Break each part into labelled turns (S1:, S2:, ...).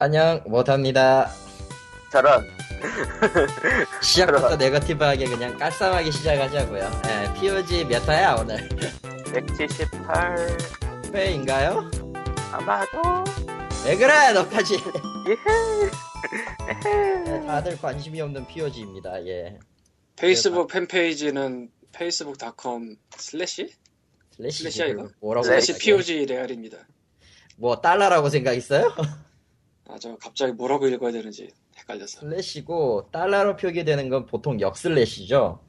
S1: 안녕 못합니다.
S2: 저런
S1: 시작부터
S2: 그럼.
S1: 네거티브하게 그냥 깔쌈하게 시작하자고요. 예, POG 몇 화야 오늘?
S2: 178
S1: 회인가요?
S2: 아마도
S1: 왜 그래 너까지?
S2: 예헤
S1: 예, 다들 관심이 없는 POG입니다. 예.
S3: 페이스북 팬페이지는 facebook.com 슬래시?
S1: 슬래시
S3: 슬래시야, 이거?
S1: 뭐라고?
S3: 슬래시
S1: 생각해?
S3: POG 레알입니다.
S1: 뭐 달러라고 생각했어요?
S3: 아, 저 갑자기 뭐라고 읽어야 되는지 헷갈려서.
S1: 슬래시고 달러로 표기되는 건 보통 역슬래시죠.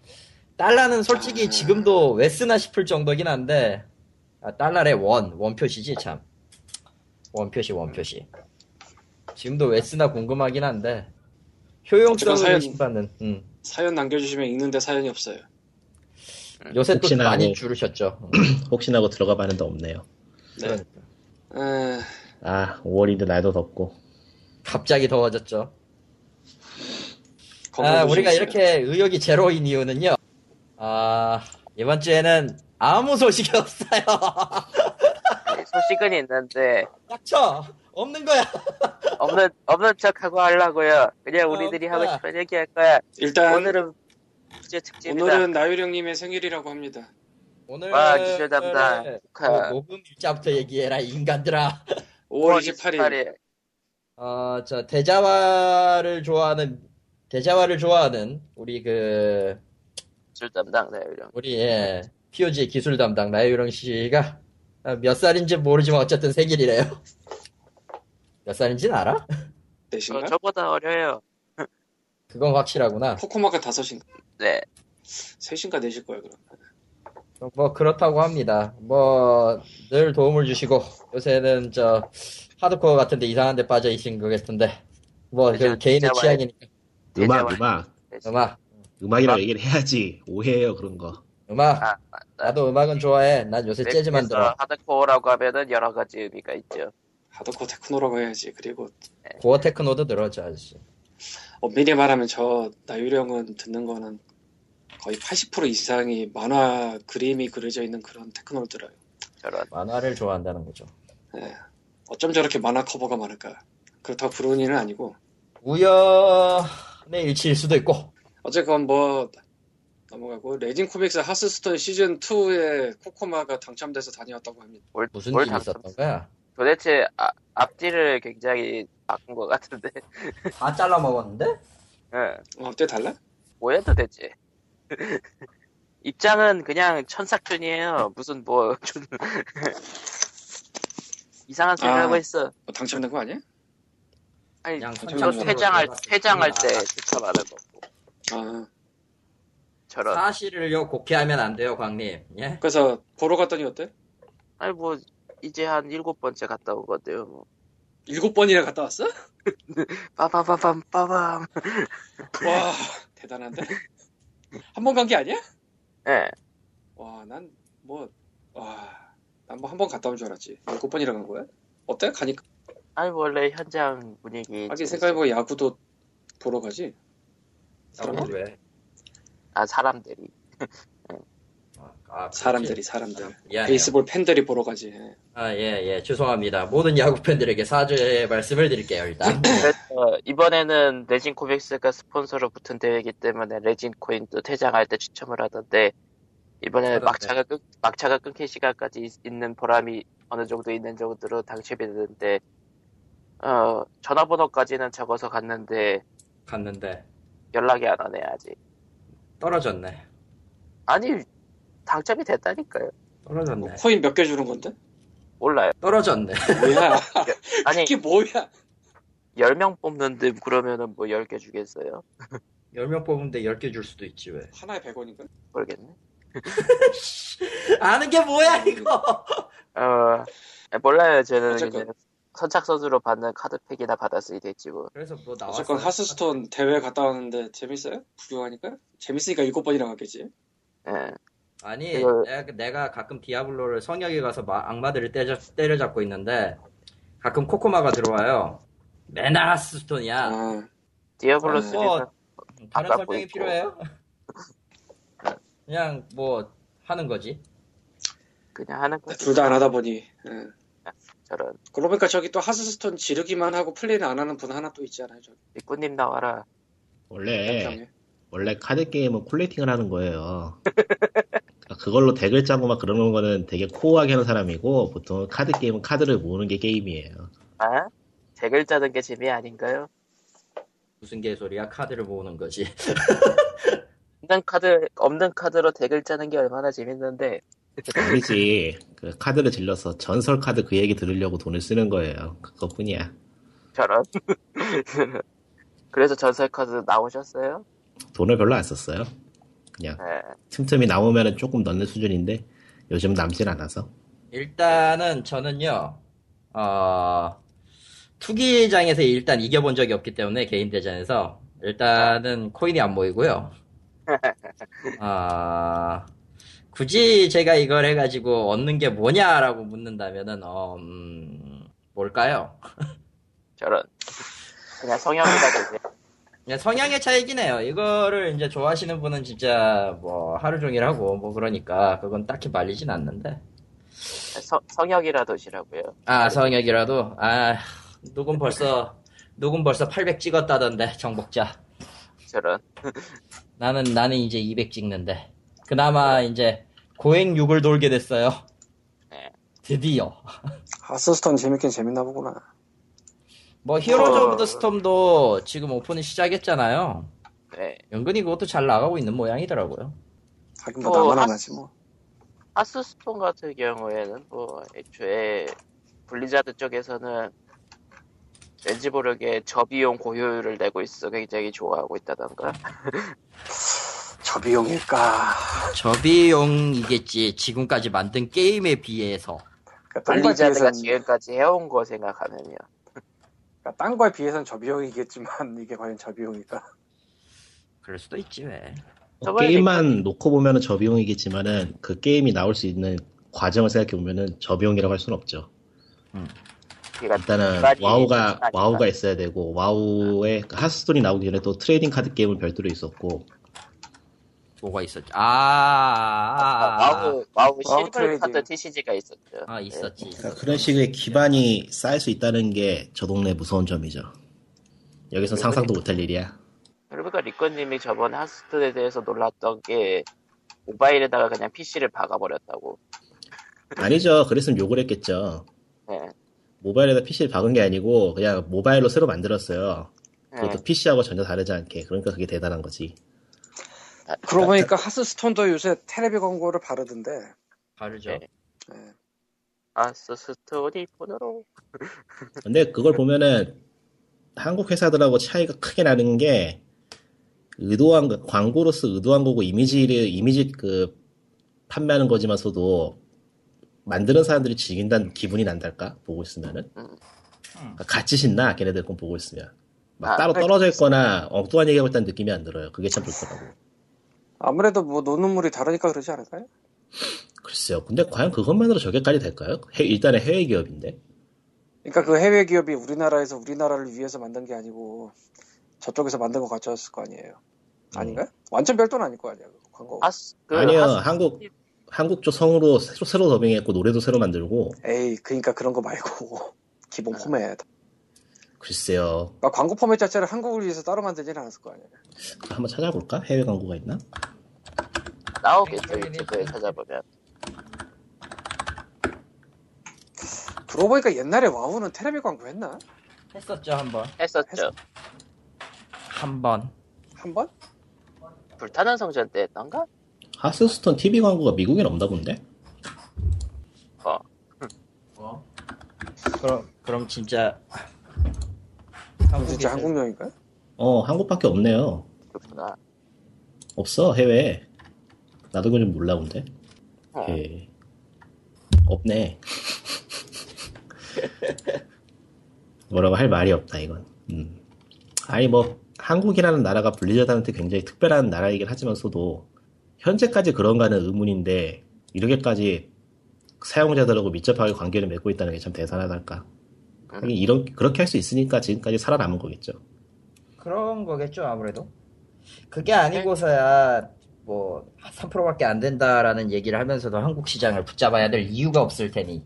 S1: 달러는 솔직히
S3: 아.
S1: 지금도 왜 쓰나 싶을 정도긴 한데 아, 달러의 원, 원 표시지 참. 원 표시, 원 표시. 지금도 왜 쓰나 궁금하긴 한데 효용성을
S3: 사연-
S1: 의심받는. 음.
S3: 사연 남겨주시면 읽는데 사연이 없어요.
S1: 요새 또
S4: 혹시나
S1: 많이
S4: 뭐-
S1: 줄으셨죠. 음,
S4: 혹시나 하고 들어가 봤는데 없네요.
S3: 네.
S1: 그러니까.
S3: 아,
S4: 아, 5월인데 날도 덥고.
S1: 갑자기 더워졌죠.
S3: 건강
S1: 아, 우리가
S3: 조심하세요.
S1: 이렇게 의욕이 제로인 이유는요. 아, 이번 주에는 아무 소식이 없어요.
S2: 네, 소식은 있는데
S1: 닥쳐! 없는 거야!
S2: 없는 없는 척하고 하려고요 그냥 우리들이
S1: 아,
S2: 하고
S1: 없다.
S2: 싶은 얘기 할 거야
S3: 일단 오늘은,
S2: 오늘은 주제 특집이다 오늘은...
S3: 나유령님의 생일이라고 합니다.
S1: 오늘
S2: 와 주제 담당
S1: 그
S2: 축하
S1: 아, 녹음 일자부터 얘기해라 이 인간들아.
S3: 5월 28일.
S1: 어, 저 대자화를 좋아하는 대자화를 좋아하는 우리 그
S2: 주 담당 네, 나유령
S1: 우리 예, POG 기술 담당 나유령 씨가 아, 몇 살인지 모르지만 어쨌든 생일이래요. 몇 살인지는 알아?
S2: 어,
S3: 내신가?
S1: 그렇죠.
S2: 저보다 어려요
S1: 그건 확실하구나.
S3: 코코마가 5신가?
S2: 네
S3: 3신가 4실 거야, 그럼.
S1: 뭐 그렇다고 합니다. 뭐 늘 도움을 주시고 요새는 저 하드코어 같은데 이상한데 빠져 있는 것 같은데 뭐
S2: 그죠,
S1: 그 개인의
S2: 대자화.
S1: 취향이니까
S4: 음악,
S2: 대자와-
S4: 음악.
S2: 네,
S1: 음악
S4: 음악이라고
S2: 음악.
S4: 얘기를 해야지. 오해해요, 그런 거.
S1: 음악
S2: 아,
S1: 나도 음악은 좋아해. 난 요새 재즈 만들어.
S2: 하드코어라고 하면은 여러 가지 의미가 있죠
S3: 하드코어 테크노라고 해야지. 그리고
S2: 네.
S1: 고어 테크노도 들어, 저 아저씨.
S3: 엄밀히 말하면 저 나유령은 듣는 거는 거의 80% 이상이 만화 그림이 그려져 있는 그런 테크노를 들어요.
S2: 저런
S1: 만화를 좋아한다는 거죠.
S3: 어쩜 저렇게 만화 커버가 많을까? 그렇다고 부르는 일은 아니고
S1: 우연의 일치일 수도 있고.
S3: 어쨌건 뭐 넘어가고 레진 코믹스 하스스톤 시즌 2에 코코마가 당첨돼서 다녀왔다고 합니다.
S2: 올,
S1: 무슨
S2: 올
S1: 일이
S2: 당첨-
S1: 있었던 거야?
S2: 도대체 아- 앞뒤를 굉장히 바꾼 것 같은데
S1: 다 잘라 먹었는데?
S2: 응.
S3: 어, 때 달라?
S2: 뭐야 도대체? 입장은 그냥 천삭준이에요. 무슨 뭐 좀 이상한 소리
S3: 아.
S2: 하고 있어.
S3: 어, 당첨된 거 아니야?
S2: 아니
S1: 그냥
S2: 저
S3: 천상준으로
S2: 퇴장할 퇴장할 때 주차받은 거고
S3: 아
S2: 저런.
S1: 아. 사실을요 곡해하면 안 돼요, 광님. 예?
S3: 그래서 보러 갔더니 어때?
S2: 아니 뭐 이제 한 일곱 번째 갔다 온 건데요. 뭐.
S3: 일곱 번이나 갔다 왔어?
S2: 빠바바밤 빠밤.
S3: 와 대단한데? 한 번 간 게 아니야?
S2: 예.
S3: 뭐, 와난뭐와난 뭐 한 번 갔다 온 줄 알았지. 일곱 번이나 간 거야? 어때? 가니까
S2: 아니 원래 현장 분위기.
S3: 하긴 생각해보고 야구도 보러 가지.
S1: 사람들 왜?
S2: 아 사람들이.
S1: 아, 아,
S3: 사람들이 사람들
S1: 미안해요.
S3: 베이스볼 팬들이 보러 가지.
S1: 아, 예, 예. 죄송합니다. 모든 야구 팬들에게 사죄의 말씀을 드릴게요,
S3: 음.
S1: 일단.
S2: 그래서 이번에는 레진 코백스가 스폰서로 붙은 대회이기 때문에 레진 코인도 퇴장할 때 추첨을 하던데 이번에는
S1: 그러네.
S2: 막차가 끊 막차가 끊길 시간까지 있, 는 보람이 어느 정도 있는 정도로 당첨이 되는데 어 전화번호까지는 적어서 갔는데
S1: 갔는데
S2: 연락이 안 오네 아직
S1: 떨어졌네.
S2: 아니 당첨이 됐다니까요
S1: 떨어졌네.
S3: 코인 몇 개 주는 건데?
S2: 몰라요
S1: 떨어졌네.
S3: 뭐야?
S2: 아니
S3: 이게 뭐야?
S2: 10명 뽑는데 그러면은 뭐 10개 주겠어요
S1: 10명 뽑는데 10개 줄 수도 있지, 왜.
S3: 하나에 100원인가?
S2: 모르겠네
S1: 아는 게 뭐야, 이거!
S2: 어 몰라요 저는
S3: 어쨌건.
S2: 이제 선착순으로 받는 카드팩이나 받았으니 됐지 뭐
S1: 그래서 뭐 나왔어.
S3: 어쨌건 하스스톤 대회 갔다 왔는데 재밌어요? 구경하니까? 재밌으니까 일곱 번이나 갔겠지?
S2: 예.
S1: 아니
S2: 이걸-
S1: 내가, 내가 가끔 디아블로를 성역에 가서 마- 악마들을 때려, 잡고 있는데 가끔 코코마가 들어와요 맨날 하스스톤이야
S3: 아,
S2: 디아블로
S3: 어.
S2: 3는
S1: 다른
S2: 아깝고
S1: 설명이
S2: 있고.
S1: 필요해요? 그냥 뭐 하는 거지
S2: 그냥 하는 거지.
S3: 아, 네. 둘 다 안 하다 보니 예.
S2: 저런
S3: 그러고 보니까 저기 또 하스스톤 지르기만 하고 플레이는 안 하는 분 하나 또 있잖아요. 저기
S2: 니꾸님 나와라
S4: 원래
S3: 에
S4: 원래 카드 게임은 콜렉팅을 하는 거예요. 그러니까 그걸로 덱을 짜고 막 그러는 거는 되게 코어하게 하는 사람이고 보통 카드 게임은 카드를 모으는 게 게임이에요.
S2: 아? 덱을 짜는 게 재미 아닌가요?
S1: 무슨 개소리야 카드를 모으는 거지
S2: 없는 카드 없는 카드로 덱을 짜는 게 얼마나 재밌는데
S4: 아니지. 그 카드를 질러서 전설 카드 그 얘기 들으려고 돈을 쓰는 거예요. 그것뿐이야.
S2: 저런 그래서 전설 카드 나오셨어요?
S4: 돈을 별로 안 썼어요. 그냥
S2: 네.
S4: 틈틈이 나오면은 조금 넣는 수준인데 요즘 남질 않아서.
S1: 일단은 저는요, 어, 투기장에서 일단 이겨본 적이 없기 때문에 개인 대전에서 일단은 코인이 안 모이고요. 아, 굳이 제가 이걸 해가지고 얻는 게 뭐냐라고 묻는다면은, 어, 음, 뭘까요?
S2: 저런 그냥 성형이다 그냥
S1: 그냥 성향의 차이긴 해요. 이거를 이제 좋아하시는 분은 진짜 뭐 하루 종일 하고 뭐 그러니까 그건 딱히 말리진 않는데.
S2: 서, 성형이라도 시라고요
S1: 아, 성역이라도? 아, 녹음 벌써, 녹음 벌써 800 찍었다던데, 정복자.
S2: 저런
S1: 나는, 나는 이제 200 찍는데. 그나마 이제 고행 6을 돌게 됐어요.
S2: 네.
S1: 드디어.
S3: 하스스톤 재밌긴 재밌나 보구나.
S1: 뭐, 히어로즈
S2: 어.
S1: 오브 더 스톰도 지금 오픈을 시작했잖아요.
S2: 네.
S1: 은근히 그것도 잘 나가고 있는 모양이더라고요.
S3: 하긴 뭐
S2: 어,
S3: 나만 안
S2: 하스-
S3: 하지 뭐.
S2: 하스스톤 같은 경우에는 뭐 애초에 블리자드 쪽에서는 왠지 모르게 저비용 고효율을 내고 있어 굉장히 좋아하고 있다던가
S3: 저 비용일까.
S1: 저 비용이겠지, 지금까지 만든 게임에 비해서.
S3: 그러니까 딴 거에
S2: 블리자드가
S3: 비해서는
S2: 지금까지 해온 거 생각하면요
S3: 그러니까 딴 거에 비해서는 저 비용이겠지만 이게 과연 저 비용일까?
S1: 그럴 수도 있지, 왜.
S4: 어,
S2: 저번에
S4: 게임만 놓고 보면은 저비용이겠지만은 그 게임이 나올 수 있는 과정을 생각해 보면은 저비용이라고 할 수는 없죠.
S2: 그러니까
S4: 일단은
S2: 기간이
S4: 와우가
S2: 아니까.
S4: 와우가 있어야 되고 와우의 하스톤이 나오기 전에 또 트레이딩 카드 게임은 별도로 있었고
S1: 뭐가 있었지? 아, 아, 아, 아.
S2: 와우 와우
S3: 와우
S2: 실버
S3: 트레이딩.
S2: 카드 TCG가 있었죠
S1: 아, 있었지.
S2: 네.
S1: 있었지.
S4: 그러니까 그런 식의 기반이 쌓일 수 있다는 게 저 동네 무서운 점이죠. 여기서
S2: 네,
S4: 상상도 못할 일이야.
S2: 그러니까 리코님이 저번 하스톤에 대해서 놀랐던 게 모바일에다가 그냥 PC를 박아버렸다고
S4: 아니죠. 그랬으면 욕을 했겠죠.
S2: 네.
S4: 모바일에다 PC를 박은 게 아니고 그냥 모바일로 새로 만들었어요.
S2: 네.
S4: 그것도 PC하고 전혀 다르지 않게. 그러니까 그게 대단한 거지.
S3: 그러고 보니까 하스스톤도 요새 텔레비 광고를 바르던데.
S1: 바르죠.
S2: 네.
S3: 예.
S2: 하스스톤이 폰으로
S4: 근데 그걸 보면은 한국 회사들하고 차이가 크게 나는 게 의도한 거- 광고로서 의도한 거고 이미지를 이미지 그 판매하는 거지만서도 만드는 사람들이 즐긴다는 기분이 난달까 보고 있으면은
S2: 음.
S4: 그러니까 같이 신나 걔네들 건 보고 있으면 막
S2: 아,
S4: 따로
S2: 그래.
S4: 떨어져 있거나 엉뚱한 얘기하고 있다는 느낌이 안 들어요 그게 참 좋더라고
S3: 아무래도 뭐 노눈물이 다르니까 그러지 않을까요?
S4: 글쎄요 근데 과연 그것만으로 저게까지 될까요? 해- 일단은 해외 기업인데
S3: 그러니까 그 해외 기업이 우리나라에서 우리나라를 위해서 만든 게 아니고 저쪽에서 만든 거 가져왔을 거 아니에요. 아닌가? 요 완전 별도는 아닐 거 아니에요. 광고.
S2: 하스 그
S4: 아니요
S2: 하스-
S4: 한국 한국 쪽 성으로 새로, 새로 더빙했고 노래도 새로 만들고
S3: 에이, 그러니까 그런 거 말고 기본 포맷.
S4: 글쎄요
S3: 그러니까 광고 포맷 자체를 한국을 위해서 따로 만들지는 않았을 거 아니에요.
S4: 한번 찾아볼까? 해외 광고가 있나?
S2: 나오겠죠 유튜브에 찾아보면
S3: 그러고 보니까 옛날에 와우는 텔레비 광고 했나?
S1: 했었죠, 한 번.
S2: 했었죠
S1: 한 번.
S3: 한 번?
S2: 불타는 성전 때 했던가?
S4: 하스스톤 TV 광고가 미국엔 없나 본데?
S2: 어
S1: 그럼, 그럼 진짜.
S3: 진짜
S1: 한국에서-
S3: 한국용인가요?
S4: 어, 한국밖에 없네요.
S2: 그렇구나
S4: 없어, 해외에. 나도 그건 좀 몰라본데.
S2: 어.
S3: 네,
S4: 예. 없네. 뭐라고 할 말이 없다, 이건. 음. 아니, 뭐, 한국이라는 나라가 블리자드한테 굉장히 특별한 나라이긴 하지만서도, 현재까지 그런가는 의문인데, 이렇게까지 사용자들하고 밀접하게 관계를 맺고 있다는 게 참 대단하달까.
S2: 음.
S4: 하긴 이런, 그렇게 할 수 있으니까 지금까지 살아남은 거겠죠.
S1: 그런 거겠죠, 아무래도. 그게 아니고서야, 뭐, 3%밖에 안 된다라는 얘기를 하면서도 한국 시장을 붙잡아야 될 이유가 없을 테니.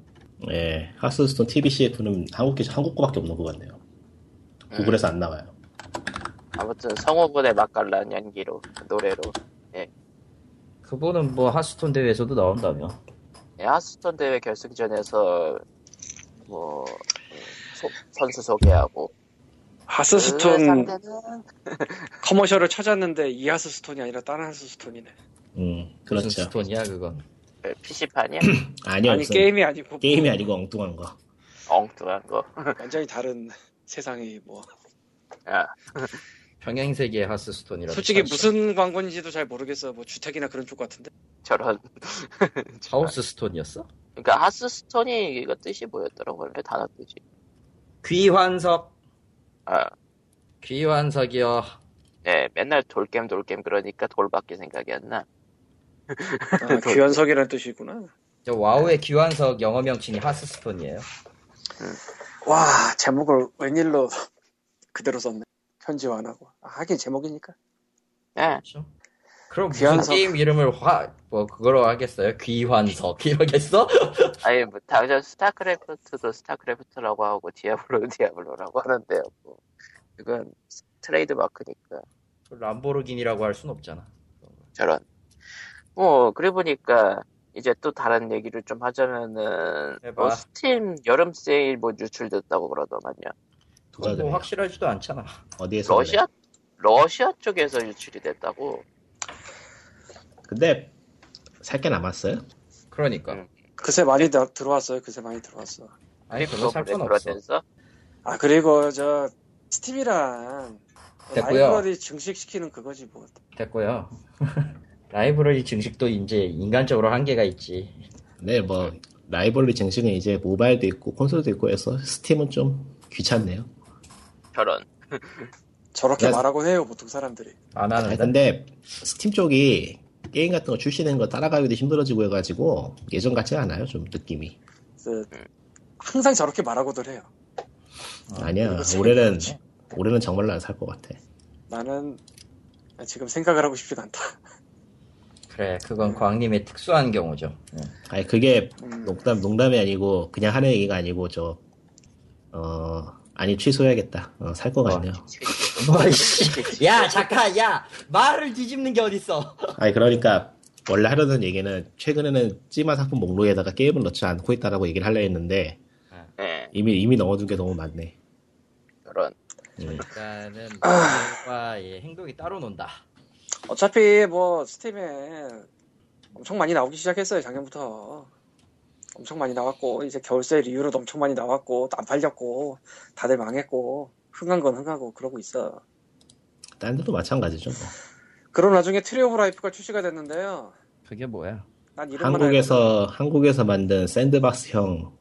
S4: 예, 하스스톤 TBCF는 한국 한국 거밖에 없는 것 같네요. 구글에서 안 나와요.
S2: 아무튼 성우군의 맛깔난 연기로 노래로
S1: 그분은 뭐 하스톤 대회에서도 나온다며.
S2: 예, 하스턴 대회 결승전에서 뭐 음, 소- 선수 소개하고 그
S3: 하스스톤
S2: 상대는
S3: 커머셜을 찾았는데 이 하스스톤이 아니라 다른 하스스톤이네.
S4: 음,
S1: 무슨
S4: 그렇죠.
S1: 스톤이야 그건.
S2: PC판이야?
S4: 아니요,
S3: 아니
S4: 무슨
S3: 게임이 아니고
S4: 게임이 아니고 엉뚱한 거.
S2: 엉뚱한 거
S3: 완전히 다른 세상이 뭐
S2: 아,
S1: 평행 세계의 하스스톤이라고.
S3: 솔직히 무슨 광고인지도 잘 모르겠어. 뭐 주택이나 그런 쪽 같은데.
S2: 저런
S1: 하우스 스톤이었어?
S2: 그러니까 하스스톤이 이거 뜻이 뭐였더라 원래 단어 뜻이
S1: 귀환석.
S2: 아,
S1: 귀환석이요.
S2: 네, 맨날 돌겜 돌겜 그러니까 돌밖에 생각이 안 나.
S3: 아, 귀현석이라는 뜻이구나.
S1: 저 와우의 귀환석 영어 명칭이 하스스톤이에요.
S3: 와 제목을 웬일로 그대로 썼네. 편집 안 하고 아, 하긴 제목이니까.
S2: 예,
S1: 그렇죠? 그럼 무슨
S3: 귀환석.
S1: 게임 이름을 화, 뭐 그거로 하겠어요? 귀환석 이러겠어?
S2: 아니 뭐 당장 스타크래프트도 스타크래프트라고 하고 디아블로 디아블로라고 하는데요. 뭐. 그건 트레이드 마크니까
S1: 람보르기니라고 할 순 없잖아.
S2: 저런. 뭐 그래 보니까 이제 또 다른 얘기를 좀 하자면은
S1: 해봐.
S2: 뭐 스팀 여름 세일 뭐 유출됐다고 그러더만요.
S1: 그건 뭐
S4: 도와드네요.
S1: 확실하지도 않잖아.
S4: 어디에서?
S2: 러시아 러시아 쪽에서 유출이 됐다고.
S4: 그래? 근데 살 게 남았어요.
S1: 그러니까.
S2: 음.
S3: 그새 많이 나- 들어왔어요. 그새 많이 들어왔어.
S1: 아니 그거 살 건 없어.
S2: 그렇죠. 네, 그러면서
S3: 아 그리고 저 스팀이랑
S1: 됐고요.
S3: 라이브러리 증식시키는 그거지 뭐.
S1: 됐고요. 라이브러리 증식도 이제 인간적으로 한계가 있지.
S4: 네, 뭐 라이벌리 정식은 이제 모바일도 있고 콘솔도 있고 해서 스팀은 좀 귀찮네요.
S2: 저런.
S3: 저렇게
S4: 네.
S3: 말하곤 해요 보통 사람들이.
S1: 안
S4: 아니,
S1: 하는데.
S4: 근데 스팀 쪽이 게임 같은 거 출시되는 거 따라가기도 힘들어지고 해가지고 예전 같지 않아요 좀 느낌이
S3: 그,
S1: 네.
S3: 항상 저렇게 말하고들 해요.
S4: 아니야
S3: 그렇지.
S4: 올해는 올해는 정말로 안 살 것 같아
S3: 나는 지금 생각을 하고 싶지가 않다.
S1: 그래 그건 광님의 특수한 경우죠. 예.
S4: 아니 그게
S3: 음.
S4: 농담 농담이 아니고 그냥 하는 얘기가 아니고 저 어, 아니 취소해야겠다 어, 살 것 같네요
S1: 뭐, 이씨. 야, 잠깐, 야! 말을 뒤집는 게 어딨어!
S4: 아니 그러니까 원래 하려던 얘기는 최근에는 찜마 상품 목록에다가 게임을 넣지 않고 있다라고 얘기를 하려 했는데
S2: 예,
S4: 이미 이미 넣어둔 게 너무 많네
S2: 저런.
S1: 일단은, 말과의 행동이 따로 논다.
S3: 어차피 뭐 스팀에 엄청 많이 나오기 시작했어요 작년부터. 엄청 많이 나왔고 이제 겨울세일 이후로도 엄청 많이 나왔고 안 팔렸고 다들 망했고 흥한 건 흥하고 그러고 있어.
S4: 딴 데도 마찬가지죠 뭐.
S3: 그런 와중에 트리 오브 라이프가 출시가 됐는데요.
S1: 그게 뭐야?
S3: 난 이름만
S4: 한국에서 한국에서 만든 샌드박스형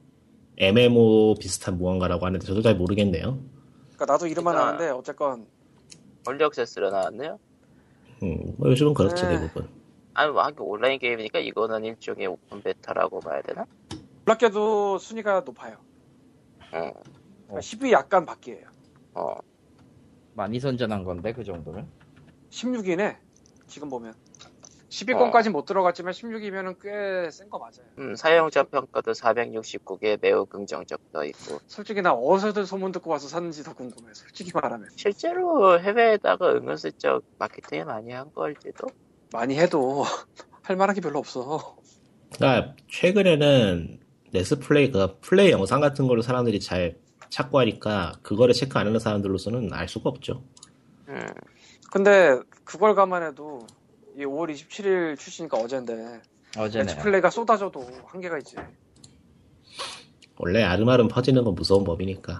S4: MMO 비슷한 무언가라고 하는데 저도 잘 모르겠네요.
S3: 알고, 그러니까 나도 이름만
S2: 일단-
S3: 아는데 어쨌건
S2: 얼리 액세스로 나왔네요.
S4: 음, 뭐 요즘은 그렇죠
S3: 네.
S4: 대부분.
S2: 아니 뭐 하긴 온라인 게임이니까 이거는 일종의 오픈 베타라고 봐야 되나?
S3: 놀랍게도 순위가 높아요.
S2: 어,
S3: 그러니까 10위 약간 밖이에요.
S2: 어.
S1: 많이 선전한 건데, 그 정도는?
S3: 16위네 지금 보면 10위권까지 못 들어갔지만 16위면은 꽤 센 거 맞아요.
S2: 음, 사용자 평가도 469개 매우 긍정적 떠 있고
S3: 솔직히 나 어디서든 소문 듣고 와서 샀는지 더 궁금해. 솔직히 말하면
S2: 실제로 해외에다가 은근슬쩍 마케팅을 많이 한 걸지도
S3: 많이 해도 할 만한 게 별로 없어.
S4: 그러니까 최근에는 레스플레이 그 플레이 영상 같은 걸로 사람들이 잘 찾고 하니까 그거를 체크 안 하는 사람들로서는 알 수가 없죠.
S2: 음,
S3: 근데 그걸 감안해도 이 5월 27일 출시니까 어젠데
S1: 어제네.
S3: 넷플레이가 쏟아져도 한계가 있지.
S4: 원래 아름아름 퍼지는 건 무서운 법이니까.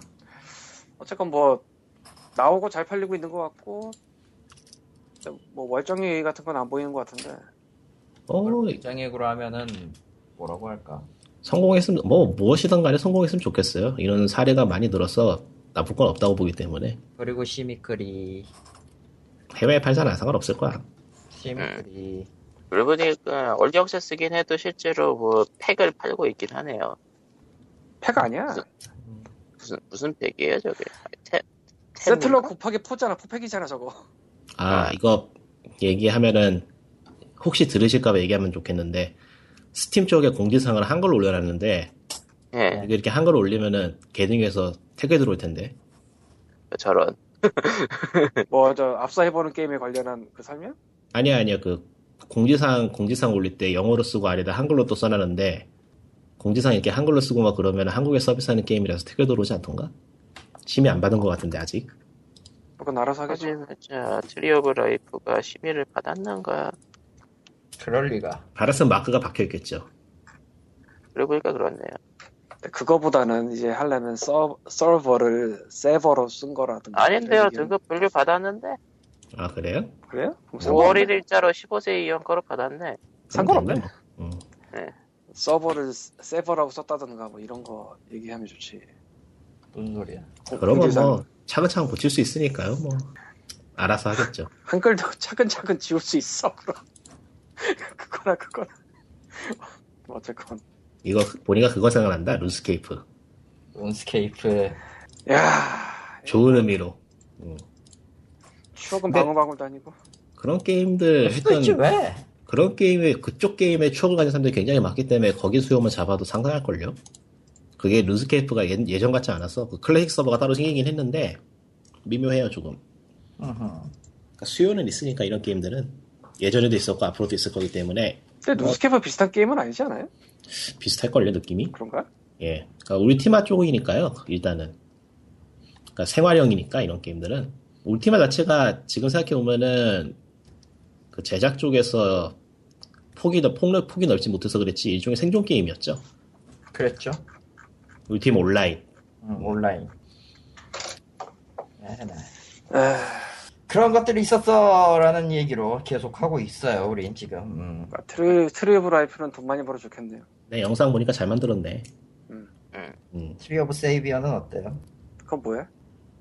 S3: 어쨌건 뭐 나오고 잘 팔리고 있는 것 같고 뭐 월정리 같은 건 안 보이는 것 같은데
S4: 어
S1: 뭐 입장액으로 하면은, 뭐라고 할까?
S4: 성공했으면 뭐 무엇이든 간에 성공했으면 좋겠어요. 이런 사례가 많이 늘어서 나쁠 건 없다고 보기 때문에
S1: 그리고 시미크리,
S4: 해외에 팔잖아 상관없을 거야.
S1: 시미크리.
S2: 그러고 보니까 얼리 억세 쓰긴 해도 실제로 뭐 팩을 팔고 있긴 하네요
S3: 팩 아니야.
S2: 무슨 무슨 팩이에요 저게 템, 템인가?
S3: 세틀러 곱하기 포잖아 포팩이잖아 저거.
S4: 아, 이거 얘기하면은 혹시 들으실까봐 얘기하면 좋겠는데 스팀 쪽에 공지사항을 한글 올려놨는데
S3: 네.
S2: 예,
S4: 이거 이렇게 한글 올리면은 개등에서 태그 들어올 텐데.
S2: 그 저런.
S3: 뭐 저 앞서 해보는 게임에 관련한 그 설명?
S4: 아니야 아니야 그 공지사항 공지사항 올릴 때 영어로 쓰고 아래다 한글로 또 써놨는데 공지사항 이렇게 한글로 쓰고 막 그러면 한국에 서비스하는 게임이라서 태그 들어오지 않던가? 심의 안 받은 것 같은데 아직.
S3: 그건 알아서 하겠지.
S2: 하지만 자, 트리 오브 라이프가 심의를 받았는가?
S1: 그럴 리가.
S4: 바라스 마크가 박혀 있겠죠.
S2: 그러고 보니까 그렇네요.
S3: 근데 그거보다는 이제 하려면 서, 서버를 세버로 쓴 거라든가.
S2: 아닌데요,
S3: 이런
S2: 등급 분류 받았는데?
S4: 아 그래요?
S3: 얘기는- 그래요? 그럼
S2: 5월
S3: 상관없네.
S2: 1일자로 15세 이용가로 받았네.
S3: 상관없네.
S4: 그럼 됐네, 뭐. 음.
S3: 서버를 세- 세버라고 썼다든가 뭐 이런 거 얘기하면 좋지.
S1: 뭔 소리야.
S4: 그러면
S3: 공지사항.
S4: 뭐 차근차근 고칠 수 있으니까요. 뭐 알아서 하겠죠.
S3: 한글도 차근차근 지울 수 있어 그럼 그거나 그거나 뭐 어쨌건
S4: 이거 보니까 그거 생각난다. 룬스케이프.
S1: 론스케이프.
S3: 야
S4: 좋은 의미로. 음.
S3: 추억은
S1: 근데-
S3: 방울방울도 아니고
S4: 그런 게임들 했던
S1: 했지 왜?
S4: 그런 게임에 그쪽 게임에 추억을 가진 사람들이 굉장히 많기 때문에 거기 수요만 잡아도 상당할 걸요. 그게 룬스케이프가 예, 예전 같지 않았어. 그 클래식 서버가 따로 생기긴 했는데 미묘해요 조금.
S1: 어허.
S4: 그러니까 수요는 있으니까 이런 게임들은 예전에도 있었고 앞으로도 있을 거기 때문에
S3: 근데 눈스케프 비슷한 게임은 아니지 않아요?
S4: 비슷할 걸요 느낌이.
S3: 그런가?
S4: 예. 그러니까 울티마 쪽이니까요 일단은. 그러니까 생활형이니까 이런 게임들은 울티마 자체가 지금 생각해 보면은 그 제작 쪽에서 폭이 더 폭, 폭이 넓지 못해서 그랬지 일종의 생존 게임이었죠.
S1: 그랬죠.
S4: 울팀 온라인.
S1: 응, 온라인. 에헤네.
S3: 에
S1: 그런 것들이 있었어라는 얘기로 계속 하고 있어요. 우린 지금. 음.
S3: 트리, 트리 오브 라이프는 돈 많이 벌어 좋겠네요
S4: 네, 영상 보니까 잘 만들었네.
S3: 음.
S2: 음.
S4: 음.
S1: 트리 오브 세이비어는 어때요?
S3: 그건 뭐야?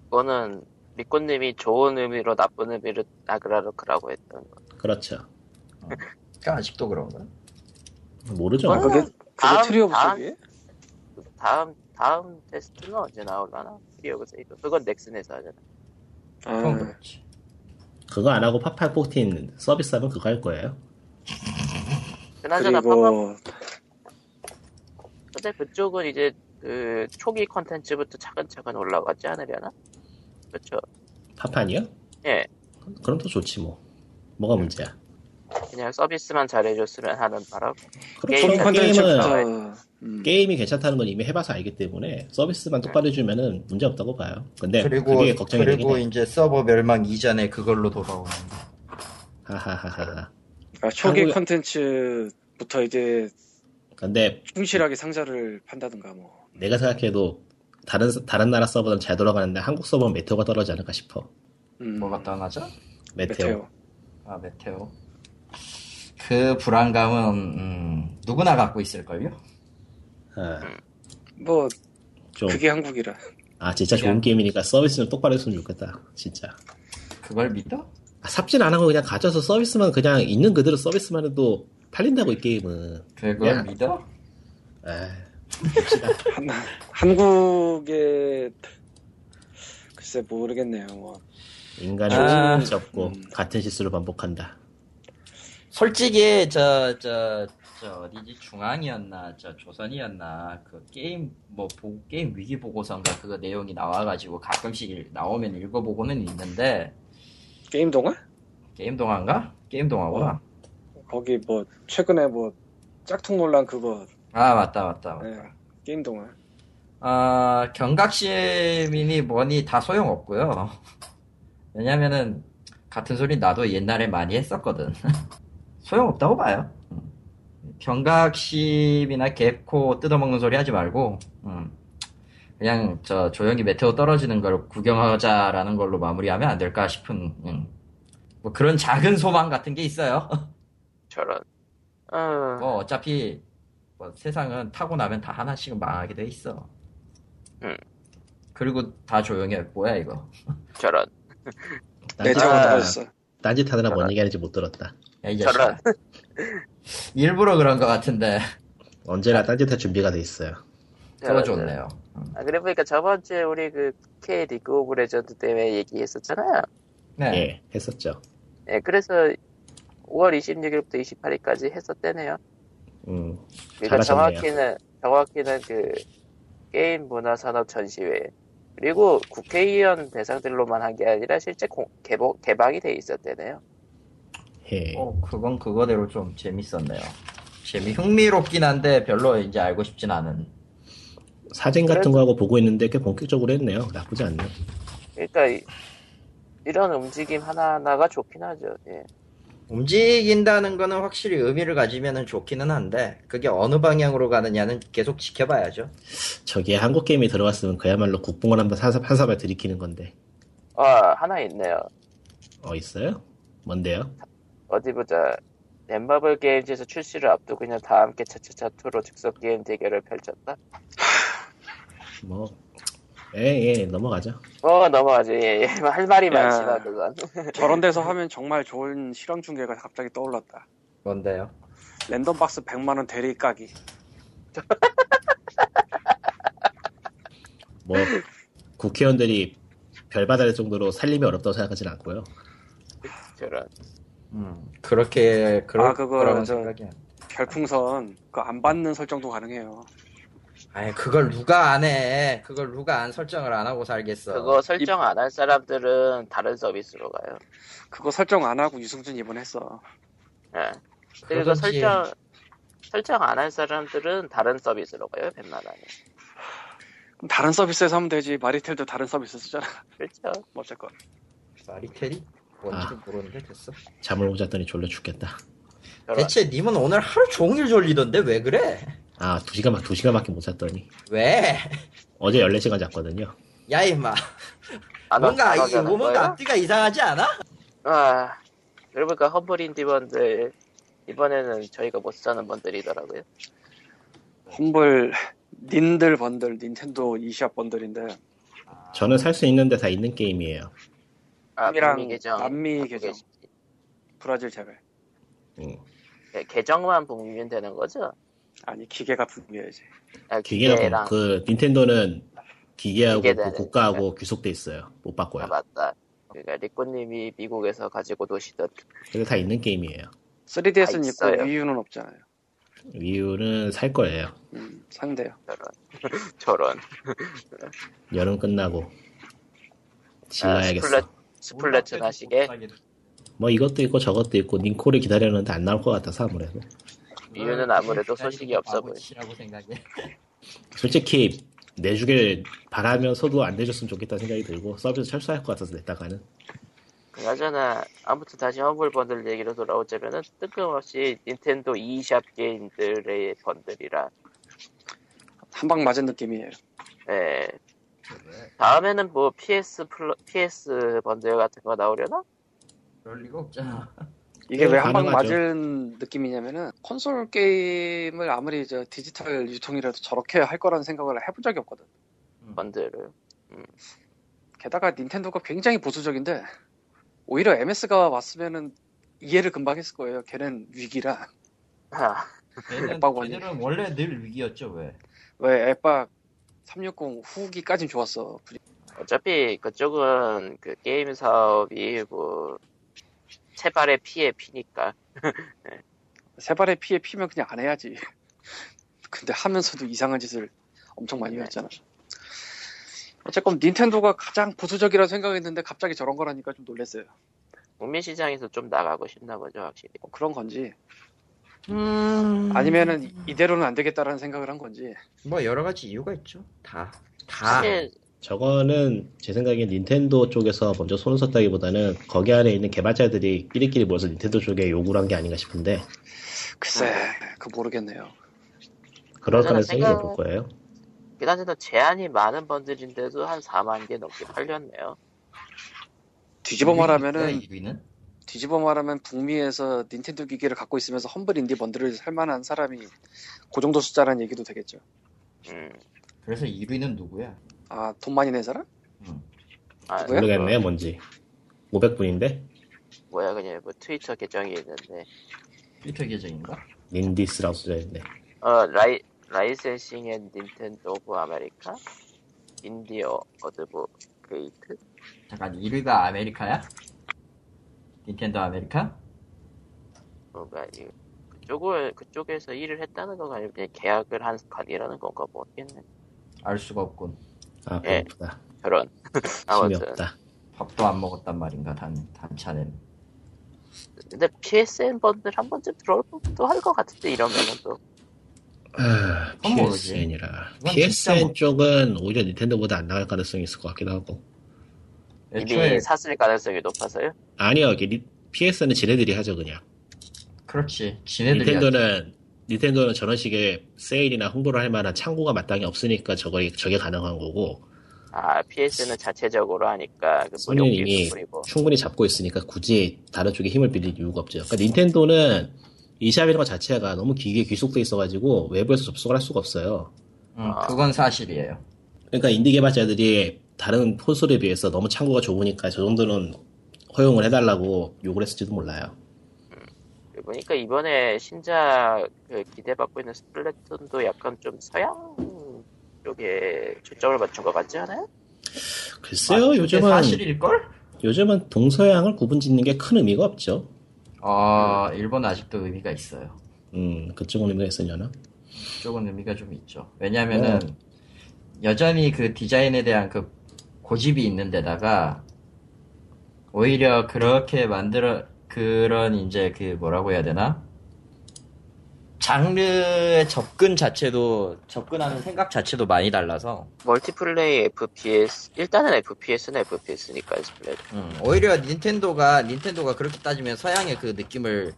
S2: 그거는 미꽃님이 좋은 의미로 나쁜 의미로 나그라르크라고 했던 거.
S4: 그렇죠.
S1: 그러니까 아직도 그런가?
S4: 모르죠.
S3: 아, 그게, 그게
S2: 다음-
S3: 트리 오브
S2: 다음-
S3: 세이비에?
S2: 다음, 다음 테스트는 언제 나올라나? 기억을 세이브. 그건 넥슨에서 하잖아.
S1: 그건
S3: 아,
S1: 그렇지.
S4: 그거 안 하고 파팔 포틴 서비스하면 그거 할 거예요.
S2: 그나저나 팝업,
S3: 그리고
S2: 근데 그쪽은 이제 그 초기 컨텐츠부터 차근차근 올라가지 않으려나? 그렇죠.
S4: 파판이요?
S2: 예,
S4: 그럼 더 좋지 뭐. 뭐가 문제야?
S2: 그냥 서비스만 잘해줬으면 하는 바람.
S4: 그렇죠.
S2: 게임
S4: 게임은
S2: 컨텐츠부터.
S3: 저, 음,
S4: 게임이 괜찮다는 건 이미 해봐서 알기 때문에 서비스만 똑바로 해주면은 문제 없다고 봐요. 근데
S1: 그리고
S4: 네, 그게 걱정이 되긴
S1: 그리고
S4: 해.
S1: 이제 서버 멸망 이전에 그걸로 돌아오는.
S4: 하하하하.
S3: 그러니까 초기
S4: 한국에-
S3: 컨텐츠부터 이제
S4: 근데
S3: 충실하게 상자를 판다든가 뭐
S4: 내가 생각해도 다른 다른 나라 서버는 잘 돌아가는데 한국 서버는 메테오가 떨어지지 않을까 싶어.
S3: 음,
S1: 뭐가 떠나죠?
S4: 메테오.
S1: 아 메테오. 그 불안감은 음, 누구나 갖고 있을걸요?
S4: 아,
S3: 뭐
S4: 좀
S3: 그게 한국이라
S4: 아 진짜 좋은 게임이니까 서비스 좀 똑바로 했으면 좋겠다 진짜
S1: 그걸 믿어?
S4: 아, 삽질 안 하고 그냥 가져서 서비스만 그냥 있는 그대로 서비스만 해도 팔린다고 이 게임은
S1: 그걸
S4: 야.
S1: 믿어?
S4: 아,
S3: 한, 한국에 글쎄 모르겠네요. 뭐
S4: 인간은
S1: 아.
S4: 접고
S3: 음.
S4: 같은 실수를 반복한다
S1: 솔직히 저 저 저 어디지 중앙이었나 저 조선이었나 그 게임 뭐 보, 게임 위기 보고서인가 그거 내용이 나와가지고 가끔씩 일- 나오면 읽어보고는 있는데
S3: 게임 동화?
S1: 게임 동화인가? 게임 동화구나.
S3: 거기 뭐 최근에 뭐 짝퉁 논란 그거
S1: 아 맞다 맞다. 맞다.
S3: 예, 게임 동화.
S1: 아 경각심이니 뭐니 다 소용없고요. 왜냐면은 같은 소리 나도 옛날에 많이 했었거든. 소용없다고 봐요. 음. 경각심이나 갭코 뜯어먹는 소리 하지 말고 음. 그냥 저 조용히 메테오 떨어지는 걸 구경하자라는 걸로 마무리하면 안 될까 싶은 음. 뭐 그런 작은 소망 같은 게 있어요.
S2: 저런. 어,
S1: 뭐 어차피 뭐 세상은 타고 나면 다 하나씩 망하게 돼 있어.
S2: 응.
S1: 그리고 다 조용해. 뭐야 이거?
S2: 저런.
S3: 네,
S4: 딴짓,
S1: 저-
S3: 제가 떨어졌어.
S4: 딴짓 하느라
S1: 아.
S4: 뭔 얘기하는지 못 들었다
S1: 야, 이
S2: 저런.
S1: 자식아. 일부러 그런 것 같은데
S4: 언제나 딴짓할 준비가 돼 있어요
S1: 더
S2: 저런.
S1: 좋네요.
S2: 아, 그래 보니까 저번 주에 우리 그 K 리그 오브 레전드 대회 얘기했었잖아요.
S1: 네.
S4: 예 했었죠
S2: 예, 그래서 5월 26일부터 28일까지 했었대네요.
S4: 음,
S2: 그러니까
S4: 잘하셨네요.
S2: 정확히는 정확히는 그 게임 문화산업 전시회 그리고 국회의원 대상들로만 한 게 아니라 실제 공, 개봉, 개방이 돼 있었대네요.
S4: 예.
S1: 어, 그건 그거대로 좀 재밌었네요. 재미 흥미롭긴 한데 별로 이제 알고 싶진 않은.
S4: 사진 같은 거하고 보고 있는데 꽤 본격적으로 했네요. 나쁘지 않네.
S2: 그러니까 이, 런 움직임 하나하나가 좋긴 하죠. 예.
S1: 움직인다는 거는 확실히 의미를 가지면은 좋기는 한데 그게 어느 방향으로 가느냐는 계속 지켜봐야죠.
S4: 저기에 한국 게임이 들어왔으면 그야말로 국뽕을 한번 한사, 한사발 들이키는 건데.
S2: 아 하나 있네요.
S4: 어, 있어요? 뭔데요?
S2: 어디 보자. 넷마블 게임즈에서 출시를 앞두고 그냥 다 함께 차차차 투로 즉석 게임 대결을 펼쳤다.
S4: 뭐, 예, 예, 넘어가죠.
S2: 어 넘어가지. 예, 예. 할 말이
S3: 야.
S2: 많지나 그건.
S3: 저런 데서 하면 정말 좋은 실황 중계가 갑자기 떠올랐다.
S1: 뭔데요?
S3: 랜덤박스 100만원 대리 까기.
S4: 뭐, 국회의원들이 별 받을 정도로 살림이 어렵다고 생각하진 않고요.
S2: 저런.
S1: 음, 그렇게 그런
S3: 아, 그거
S1: 그런
S3: 저-
S1: 생각이 안.
S3: 별풍선 그 안 받는 설정도 가능해요.
S1: 아예 그걸 누가 안 해? 그걸 누가 안 설정을 안 하고 살겠어?
S2: 그거 설정 안 할 사람들은 다른 서비스로 가요.
S3: 그거 설정 안 하고 유승준 이번 했어.
S2: 예. 그리고
S1: 그러든지.
S2: 설정 설정 안 할 사람들은 다른 서비스로 가요. 백만 원에.
S3: 그럼 다른 서비스에서 하면 되지. 마리텔도 다른 서비스 쓰잖아.
S2: 그렇죠.
S3: 뭐 어쨌건.
S1: 마리텔이 뭔지도 모르는데 됐어.
S4: 잠을 못 잤더니 졸려 죽겠다.
S2: 저런.
S1: 대체 님은 오늘 하루 종일 졸리던데 왜 그래?
S4: 아, 두 시간, 두 시간밖에 못 잤더니.
S1: 왜?
S4: 어제 14시간 잤거든요.
S1: 야 임마
S2: 안
S1: 뭔가
S2: 와- 안
S1: 이
S2: 와가는
S1: 뭔가
S2: 거예요?
S1: 앞뒤가 이상하지 않아?
S2: 아, 그러니까 험블 인디번들 이번에는 저희가 못 사는 번들이더라고요.
S3: 홈블 닌들 번들 닌텐도 이시합 번들인데
S4: 저는 살 수 있는데 다 있는 게임이에요.
S2: 아,
S3: 북미랑
S2: 북미 계정,
S3: 남미
S2: 한국에
S3: 계정.
S2: 시-
S3: 브라질 제외.
S4: 음.
S2: 네, 계정만 보면 되는 거죠.
S3: 아니 기계가 분명해야지.
S2: 아,
S4: 기계랑
S2: 기계랑
S4: 그 닌텐도는 기계하고
S2: 기계다,
S4: 그 국가하고 귀속돼 있어요. 못 바꿔요.
S2: 아, 맞다. 그러니까 리코님이 미국에서 가지고 노시던
S4: 근데 다 있는 게임이에요.
S3: 3DS는
S2: 다
S3: 있고
S2: 아, 있어요.
S3: 위유는 없잖아요.
S4: 위유는 살 거예요.
S3: 음, 상대요.
S2: 저런 아,
S4: 여름 끝나고 질러야겠어.
S2: 아, 스플래- 스플래툰 시계
S4: 뭐 이것도 있고 저것도 있고 닝코를 기다렸는데 안 나올 것 같아서 아무래도.
S2: 이유는 아무래도 소식이 없어 보여.
S1: 라고 생각해.
S4: 솔직히 내주길 바라면서도 안 내줬으면 좋겠다는 생각이 들고 서비스 철수할 것 같아서 냈다가는
S2: 그나저나 아무튼 다시 험블 번들 얘기로 돌아오자면은 뜬금없이 닌텐도 e샵 게임들의 번들이라
S3: 한 방 맞은 느낌이에요.
S2: 예. 다음에는 뭐 PS 플러, PS 번들 같은 거 나오려나?
S1: 그럴 리가 없잖아.
S3: 이게 왜 한 방
S4: 네, 가능하죠.
S3: 맞은 느낌이냐면은 콘솔 게임을 아무리 저 디지털 유통이라도 저렇게 할 거라는 생각을 해본 적이 없거든.
S2: 번들을.
S3: 게다가 닌텐도가 굉장히 보수적인데 오히려 MS가 왔으면은 이해를 금방 했을 거예요. 걔는 위기라.
S2: 아,
S1: 얘는,
S3: 빡빡이.
S1: 얘들은 원래 늘 위기였죠 왜?
S3: 왜 앱박 360 후기까진 좋았어.
S2: 어차피 그쪽은 그 게임 사업이 뭐 체발의 피해 피니까.
S3: 세발의 피에 피면 그냥 안 해야지. 근데 하면서도 이상한 짓을 엄청 많이 했잖아. 어쨌건 닌텐도가 가장 보수적이라 생각했는데 갑자기 저런 거라니까 좀 놀랐어요.
S2: 국민 시장에서 좀 나가고 싶나 보죠, 확실히.
S3: 뭐 그런 건지
S1: 음...
S3: 아니면은 이대로는 안 되겠다라는 생각을 한 건지
S1: 뭐 여러 가지 이유가 있죠. 다. 다.
S2: 사실
S4: 저거는 제 생각엔 닌텐도 쪽에서 먼저 손을 썼다기보다는 거기 안에 있는 개발자들이 끼리끼리 모여서 닌텐도 쪽에 요구를 한 게 아닌가 싶은데
S3: 글쎄 그 모르겠네요.
S4: 그럴
S2: 저는
S4: 가능성이
S2: 생각-
S4: 높을 거예요.
S2: 그나저나 제한이 많은 번들인데도 한 4만 개 넘게 팔렸네요.
S1: 음.
S3: 뒤집어 말하면은
S1: 위는
S3: 뒤집어 말하면 북미에서 닌텐도 기기를 갖고 있으면서 험블 인디 번들을 살 만한 사람이 그 정도 숫자라는 얘기도 되겠죠.
S2: 음.
S1: 그래서 1위는 누구야?
S3: 아 돈 많이 낸 사람?
S2: 아,
S3: 뭐야?
S4: 모르겠네요 뭔지. 500분인데
S2: 뭐야 그냥 뭐 트위터 계정이 있는데
S1: 트위터 계정인가?
S4: 닌디스라고 써져있네.
S2: 어 라이 라이센싱 앤 닌텐도 오브 아메리카 인디어 어드보 게이트
S1: 잠깐 1위가 아메리카야? 닌텐도 아메리카?
S2: 뭔가 이뭐 그쪽을 그쪽에서 일을 했다는 건가 아니면 그냥 계약을 한 건이라는 건가 모르겠네.
S1: 알 수가 없군.
S4: 아
S2: 예.
S4: 배고프다.
S2: 저런.
S4: 힘이
S2: 아무튼.
S4: 없다.
S1: 밥도 안 먹었단 말인가 단 단찬에는.
S2: 근데 PSN 번들 한 번쯤 들어올 법도 할 것 같은데 이러면은 또.
S4: 아,
S1: 그건 모르지.
S4: PSN이라.
S1: 그건 진짜
S4: PSN
S1: 뭐-
S4: 쪽은 오히려 닌텐도보다 안 나갈 가능성이 있을 것 같기도 하고.
S1: 애초에
S4: 네,
S2: 이미 샀을 가능성이 높아서요.
S4: 아니요, PSN은 지네들이 하죠 그냥.
S1: 그렇지. 지네들이 하지.
S4: 닌텐도는 닌텐도는 저런 식의 세일이나 홍보를 할 만한 창구가 마땅히 없으니까 저거 저게 가능한 거고
S2: 아 PS는 자체적으로 하니까 그
S4: 소니는
S2: 무료
S4: 이미
S2: 기획 그리고
S4: 충분히 잡고 있으니까 굳이 다른 쪽에 힘을 빌릴 이유가 없죠. 그러니까 닌텐도는 이샵이라는 것 자체가 너무 기기에 귀속돼 있어가지고 외부에서 접속을 할 수가 없어요.
S1: 응, 그건 사실이에요.
S4: 그러니까 인디 개발자들이 다른 콘솔에 비해서 너무 창구가 좁으니까 저 정도는 허용을 해달라고 욕을 했을지도 몰라요.
S2: 보니까 이번에 신작 그 기대받고 있는 스플래툰도 약간 좀 서양 쪽에 초점을 맞춘 것 같지 않아요?
S1: 아,
S4: 글쎄요,
S1: 근데
S4: 요즘은
S1: 사실일 걸?
S4: 요즘은 동서양을 구분짓는 게 큰 의미가 없죠.
S1: 아 일본 아직도 의미가 있어요.
S4: 음, 그쪽은 의미가 있었려나?
S1: 쪽은 의미가 좀 있죠. 왜냐면은 여전히 그 디자인에 대한 그 고집이 있는 데다가 오히려 그렇게 만들어 그런 이제 그 뭐라고 해야 되나 장르의 접근 자체도 접근하는 생각 자체도 많이 달라서
S2: 멀티플레이 FPS 일단은 FPS는 FPS니까 스플래툰
S1: 음, 오히려 닌텐도가 닌텐도가 그렇게 따지면 서양의 그 느낌을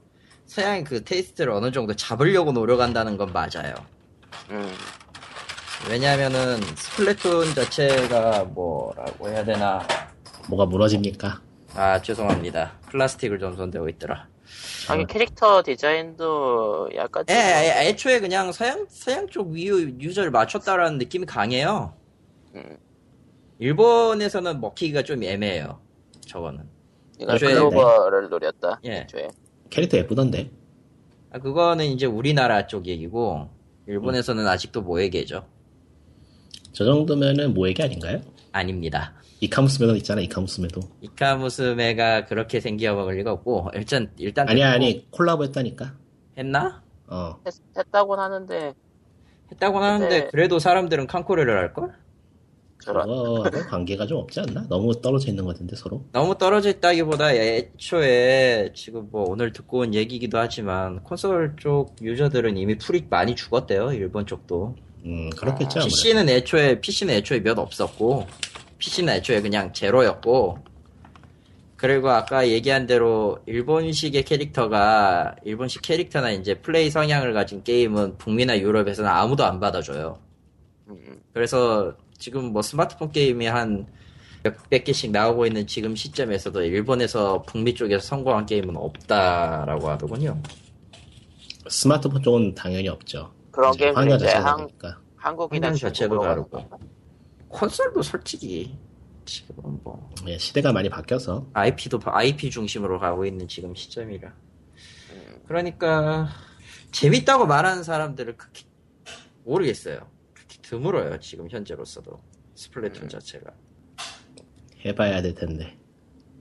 S1: 서양의 그 테이스트를 어느 정도 잡으려고 노력한다는 건 맞아요.
S2: 음,
S1: 왜냐면은 스플래툰 자체가 뭐라고 해야 되나
S4: 뭐가 무너집니까?
S1: 아 죄송합니다 플라스틱을 좀 손대고 있더라
S2: 아니 캐릭터 디자인도 약간
S1: 예,
S2: 좀
S1: 예, 애초에 그냥 서양 서양 쪽 위유 유저를 맞췄다라는 느낌이 강해요
S2: 음.
S1: 일본에서는 먹히기가 좀 애매해요 저거는
S2: 이건
S1: 애초에-
S2: 글로벌을 노렸다.
S1: 예.
S2: 애초에.
S4: 캐릭터 예쁘던데.
S1: 아, 그거는 이제 우리나라 쪽 얘기고 일본에서는 아직도 모에게죠
S4: 저 정도면은 뭐 얘기 아닌가요?
S1: 아닙니다
S4: 이카무스메도 있잖아, 이카무스메도.
S1: 이카무스메가 그렇게 생겨 먹을 리가 없고 일단 일단
S4: 아니야, 네.
S1: 됐고.
S4: 아니, 콜라보 했다니까.
S1: 했나
S4: 어.
S2: 했, 했다곤 하는데
S1: 했다고 하는데
S2: 근데-
S1: 그래도 사람들은 칸코레를 할걸
S2: 저런
S1: 음.
S4: 그거하고 관계가 좀 없지 않나? 너무 떨어져 있는 것 같은데, 서로.
S1: 너무 떨어져 있다기보다 애초에 지금 뭐 오늘 듣고 온 얘기이기도 하지만 콘솔 쪽 유저들은 이미 풀이 많이 죽었대요 일본 쪽도
S4: 음, 그렇겠죠. 아무래도.
S1: PC는 애초에 PC는 애초에 몇 없었고 PC는 애초에 그냥 제로였고 그리고 아까 얘기한 대로 일본식의 캐릭터가 일본식 캐릭터나 이제 플레이 성향을 가진 게임은 북미나 유럽에서는 아무도 안 받아줘요
S2: 음,
S1: 그래서 지금 뭐 스마트폰 게임이 한 몇백 개씩 나오고 있는 지금 시점에서도 일본에서 북미 쪽에서 성공한 게임은 없다라고 하더군요.
S4: 스마트폰 쪽은 당연히 없죠.
S2: 그런
S4: 이제
S2: 게임은
S4: 환경
S2: 이제
S4: 자체가
S2: 한,
S4: 다르니까.
S2: 한국이나
S1: 환경 자체도
S2: 중국으로 가는
S1: 다르고
S2: 건가?
S1: 콘솔도 솔직히 지금 뭐
S4: 예, 시대가 많이 바뀌어서.
S1: IP도 IP 중심으로 가고 있는 지금 시점이라 그러니까 재밌다고 말하는 사람들을 그렇게 모르겠어요. 그렇게 드물어요 지금 현재로서도 스플래툰 자체가.
S4: 해봐야 될 텐데.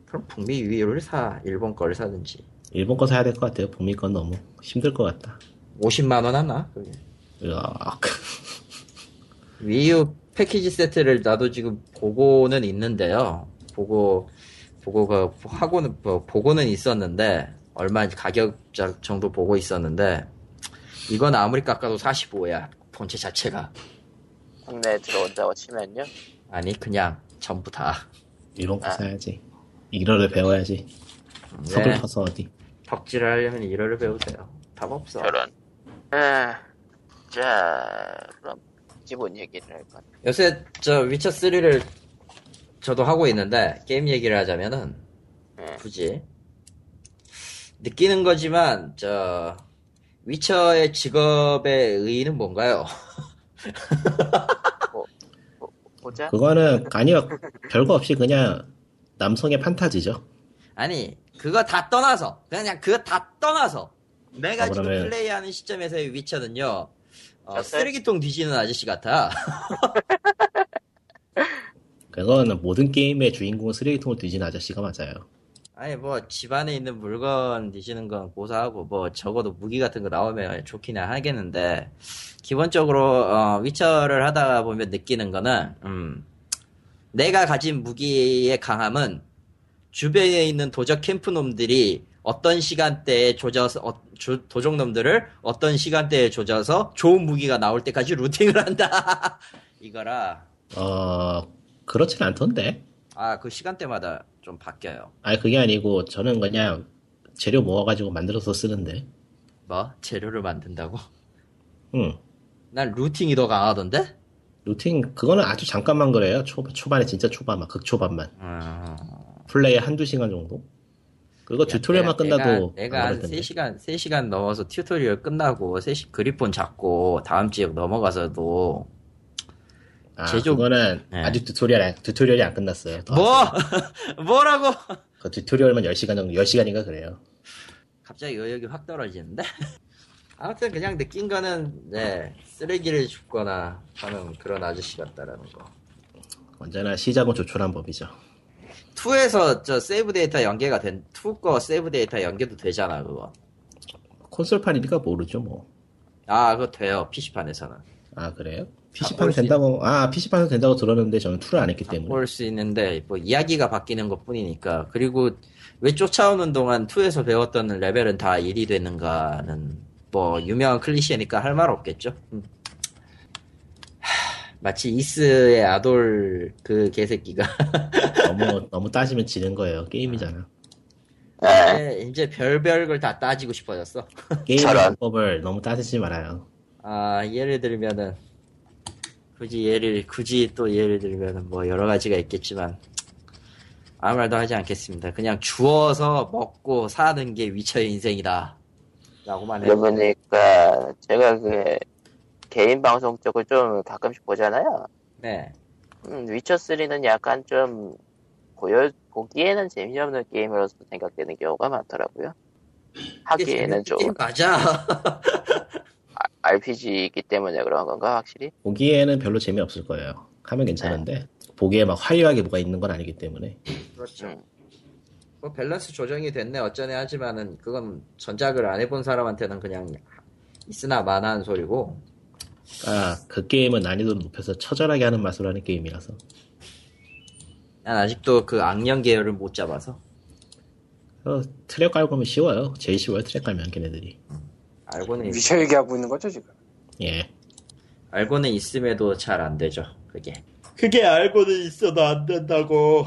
S1: 그럼 북미 위를 사 일본 걸 사든지
S4: 일본 거 사야 될 것 같아요. 북미 건 너무 힘들 것 같다.
S1: 50만 원 하나? 그게.
S4: 으악.
S1: 위유 패키지 세트를 나도 지금 보고는 있는데요. 보고 보고가 하고는 뭐, 보고는 있었는데 얼마 가격 자- 정도 보고 있었는데 이건 아무리 깎아도 45야 본체 자체가
S2: 국내에 들어온다고 치면요.
S1: 아니 그냥 전부 다
S4: 일본 거
S2: 아.
S4: 사야지. 일어를 배워야지.
S1: 네,
S4: 섭을 퍼서 어디.
S1: 덕질을 하려면 일어를 배우세요. 답 없어.
S2: 저런. 에, 예. 자 그럼 기본 얘기를 할까.
S1: 요새 저 위쳐 3를 저도 하고 있는데 게임 얘기를 하자면은
S2: 네.
S1: 굳이 느끼는 거지만 저 위쳐의 직업의 의의는 뭔가요?
S2: 보자.
S4: 그거는, 아니요. 별거 없이 그냥 남성의 판타지죠.
S1: 아니 그거 다 떠나서 그냥 그거 다 떠나서 내가
S4: 아,
S1: 지금
S4: 그러면-
S1: 플레이하는 시점에서의 위쳐는요 어,
S2: 약간-
S1: 쓰레기통 뒤지는 아저씨 같아
S4: 그거는 모든 게임의 주인공은 쓰레기통을 뒤진 아저씨가 맞아요.
S1: 아니 뭐 집안에 있는 물건 드시는 건 고사하고 뭐 적어도 무기 같은 거 나오면 좋기는 하겠는데 기본적으로 어, 위쳐를 하다가 보면 느끼는 거는 음, 내가 가진 무기의 강함은 주변에 있는 도적 캠프놈들이 어떤 시간대에 조져서 어, 조- 도적놈들을 어떤 시간대에 조져서 좋은 무기가 나올 때까지 루팅을 한다 이거라
S4: 어, 그렇진 않던데.
S1: 아 그 시간대마다 좀 바뀌어요
S4: 아 그게 아니고 저는 그냥 재료 모아가지고 만들어서 쓰는데.
S1: 뭐 재료를 만든다고
S4: 응.
S1: 난 루팅이 더 강하던데
S4: 루팅 그거는 아주 잠깐만 그래요. 초, 초반에 진짜 초반만 극초반만
S1: 음,
S4: 플레이 한두 시간 정도. 그리고 튜토리얼만
S1: 내가-
S4: 끝나도
S1: 내가
S4: 안
S1: 한
S4: 그럴 텐데.
S1: 3시간, 3시간 넘어서 튜토리얼 끝나고 3시 그리폰 잡고 다음 지역 넘어가서도
S4: 아,
S1: 제조-
S4: 그거는
S1: 네.
S4: 아직 튜토리얼 안- 튜토리얼이 안 끝났어요. 더
S1: 뭐
S4: 하세요.
S1: 뭐라고
S4: 그 튜토리얼만 10시간 정도 10시간인가 그래요.
S1: 갑자기 의욕이 확 떨어지는데 아무튼 그냥 느낀 거는 네 쓰레기를 줍거나 하는 그런 아저씨 같다라는 거
S4: 언제나 시작은 조촐한 법이죠.
S1: 2에서 저 세이브 데이터 연계가 된 2거 세이브 데이터 연계도 되잖아 그거
S4: 콘솔판이니까 모르죠 뭐.
S1: 아 그거 돼요 PC판에서는
S4: 아 그래요?
S1: 볼
S4: PC판
S1: 수
S4: 된다고 아 PC판은 된다고 들었는데 저는 툴을 안 했기 때문에
S1: 올 수 있는데 뭐 이야기가 바뀌는 것 뿐이니까 그리고 왜 쫓아오는 동안 2에서 배웠던 레벨은 다 1이 되는가는 뭐 유명한 클리셰니까 할 말 없겠죠 음. 하, 마치 이스의 아돌 그 개새끼가
S4: 너무 너무 따지면 지는 거예요 게임이잖아.
S2: 에,
S1: 이제- 네, 이제 별별 걸 다 따지고 싶어졌어
S4: 게임
S2: 저런.
S4: 방법을 너무 따지지 말아요.
S1: 아 예를 들면은 굳이 예를 굳이 또 예를 들면은 뭐 여러 가지가 있겠지만 아무 말도 하지 않겠습니다. 그냥 주워서 먹고 사는 게 위쳐의 인생이다. 라고만 해요.
S2: 그러니까 제가 그 개인 방송 쪽을 좀 가끔씩 보잖아요.
S1: 네.
S2: 음, 위쳐 3는 약간 좀 보여 보기에는 재미없는 게임으로서 생각되는 경우가 많더라고요. 하기에는 좀
S1: 이게 맞아.
S2: RPG이기 때문에 그런 건가 확실히?
S4: 보기에는 별로 재미없을 거예요. 하면 괜찮은데 보기에 막 화려하게 뭐가 있는 건 아니기 때문에
S1: 그렇죠.
S2: 음.
S1: 뭐 밸런스 조정이 됐네 어쩌네 하지만은 그건 전작을 안 해본 사람한테는 그냥 있으나 마나한 소리고
S4: 아, 그 게임은 난이도를 높여서 처절하게 하는 맛으로 하는 게임이라서
S1: 난 아직도 그 악령 계열을 못 잡아서
S4: 어, 트랙 깔고 면 쉬워요 제일 쉬워요 트랙 깔면 걔네들이
S1: 알고는 있,
S3: 위쳐 네. 얘기하고 있는 거죠 지금?
S4: 예
S1: 알고는 있음에도 잘 안 되죠. 그게. 그게 알고는 있어도 안 된다고.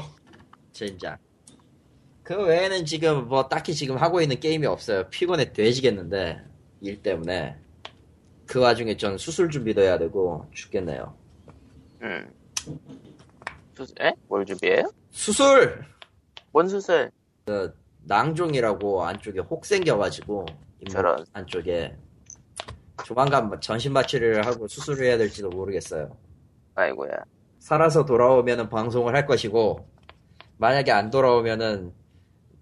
S1: 진짜. 그 외에는 지금 뭐 딱히 지금 하고 있는 게임이 없어요. 피곤해 돼지겠는데 일 때문에 그 와중에 전 수술 준비도 해야 되고 죽겠네요.
S2: 음. 수술? 에? 뭘 준비해요?
S1: 수술
S2: 뭔 수술?
S1: 낭종이라고 안쪽에 혹 생겨가지고 잇몸
S2: 저런.
S1: 안쪽에 조만간 뭐 전신 마취를 하고 수술을 해야 될지도 모르겠어요.
S2: 아이고야.
S1: 살아서 돌아오면은 방송을 할 것이고 만약에 안 돌아오면은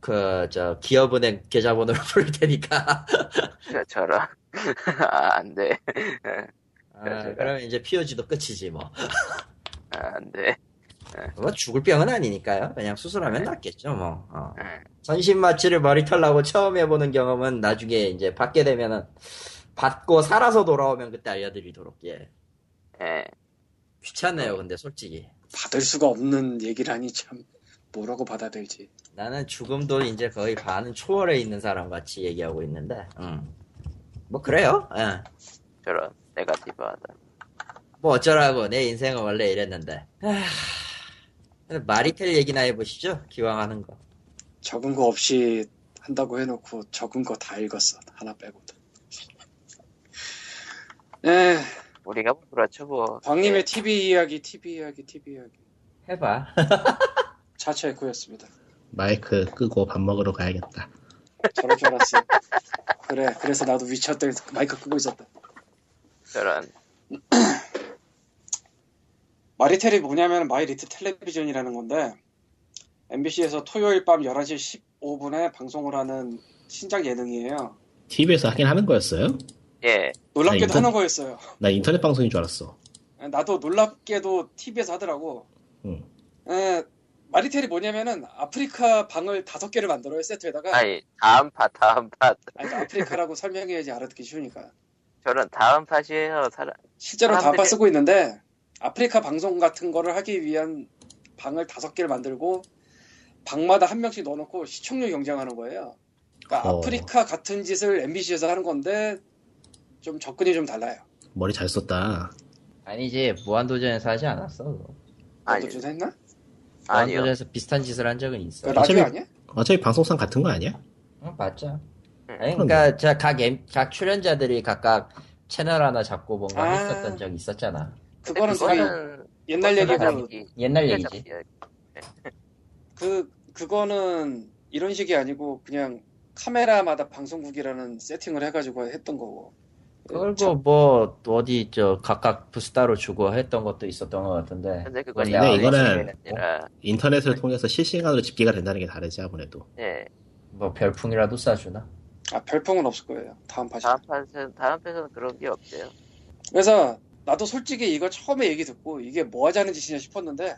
S1: 그 저 기업은행 계좌번호를 부를 테니까
S2: 저- 저런. 아, 안 돼.
S1: 아, 그러면 이제 POG도 끝이지 뭐.
S2: 아, 안 돼.
S1: 뭐 죽을 병은 아니니까요. 그냥 수술하면 낫겠죠 뭐. 어.
S2: 음.
S1: 전신 마취를 머리털나고 처음 해보는 경험은 나중에 이제 받게 되면은 받고 살아서 돌아오면 그때 알려드리도록 예.
S2: 예.
S1: 귀찮네요 근데 솔직히
S3: 받을 수가 없는 얘기를 하니 참 뭐라고 받아들지.
S1: 나는 죽음도 이제 거의 반은 초월에 있는 사람 같이 얘기하고 있는데 음. 뭐 그래요. 예.
S2: 저런. 네가티브하다.
S1: 뭐 어쩌라고 내 인생은 원래 이랬는데 하... 마리텔 얘기나 해보시죠 기왕 하는 거
S3: 적은 거 없이 한다고 해놓고 적은 거 다 읽었어. 하나 빼고도. 에,
S2: 우리가 뭐 그렇죠 뭐.
S3: 광님의 TV 이야기, TV 이야기, TV 이야기.
S1: 해봐
S3: 차차 에코였습니다.
S4: 마이크 끄고 밥 먹으러 가야겠다
S3: 저럴 줄 알았어. 그래, 그래서 나도 위쳐 때 마이크 끄고 있었다.
S2: 예, 저런.
S3: 마리텔이 뭐냐면 마이리트 텔레비전이라는 건데 MBC에서 토요일 밤 11시 15분에 방송을 하는 신작 예능이에요.
S4: TV에서 하긴 하는 거였어요?
S2: 예.
S3: 놀랍게도
S4: 아, 이거?
S3: 하는 거였어요. 예,
S4: 나 인터넷 방송인 줄 알았어
S3: 나도 놀랍게도 TV에서 하더라고.
S4: 응.
S3: 에, 마리텔이 예, 뭐냐면은 아프리카 방을 다섯 개를 만들어요 세트에다가 아니,
S2: 아니 다음 팟 다음 팟
S3: 그러니까 아프리카라고 설명해야지 알아듣기 쉬우니까
S2: 저는 다음 팟이에요 사람
S3: 실제로 다음 팟
S2: 사람들이-
S3: 쓰고 있는데 그 아프리카 방송 같은 거를 하기 위한 방을 다섯 개를 만들고 방마다 한 명씩 넣어놓고 시청률 경쟁하는 거예요. 그러니까
S4: 어.
S3: 아프리카 같은 짓을 MBC에서 하는 건데 좀 접근이 좀 달라요.
S4: 머리 잘 썼다.
S1: 아니지 무한도전에서 하지 않았어. 그거.
S2: 아니
S3: 너도 좀 했나?
S2: 아니요
S1: 무한도전에서 비슷한 짓을 한 적은 있어.
S3: 그 라디오
S4: 어차피-
S3: 아니야?
S4: 어차피 방송상 같은 거 아니야?
S1: 응, 맞죠.
S2: 응.
S1: 아니, 그러니까 저각 각 출연자들이 각각 채널 하나 잡고 뭔가
S3: 아.
S1: 했었던 적이 있었잖아.
S3: 그거는
S2: 근데
S3: 거의 옛날 얘기고
S1: 옛날 얘기지.
S3: 그 그거는 이런 식이 아니고 그냥 카메라마다 방송국이라는 세팅을 해가지고 했던 거고.
S1: 그리고 뭐 어디 저 각각 부스타로 주고 했던 것도 있었던 것 같은데.
S2: 근데 그건
S1: 근데
S2: 야외
S4: 이거는-
S2: 집회가 아니라
S4: 인터넷을 통해서 실시간으로 집계가 된다는 게 다르지 아무래도.
S2: 예
S1: 뭐 별풍이라도 쏴주나?
S3: 아 별풍은 없을 거예요. 다음 파시.
S2: 다음 팟은 다음 팟은 그런 게 없대요
S3: 그래서 나도 솔직히 이거 처음에 얘기 듣고 이게 뭐 하자는 짓이냐 싶었는데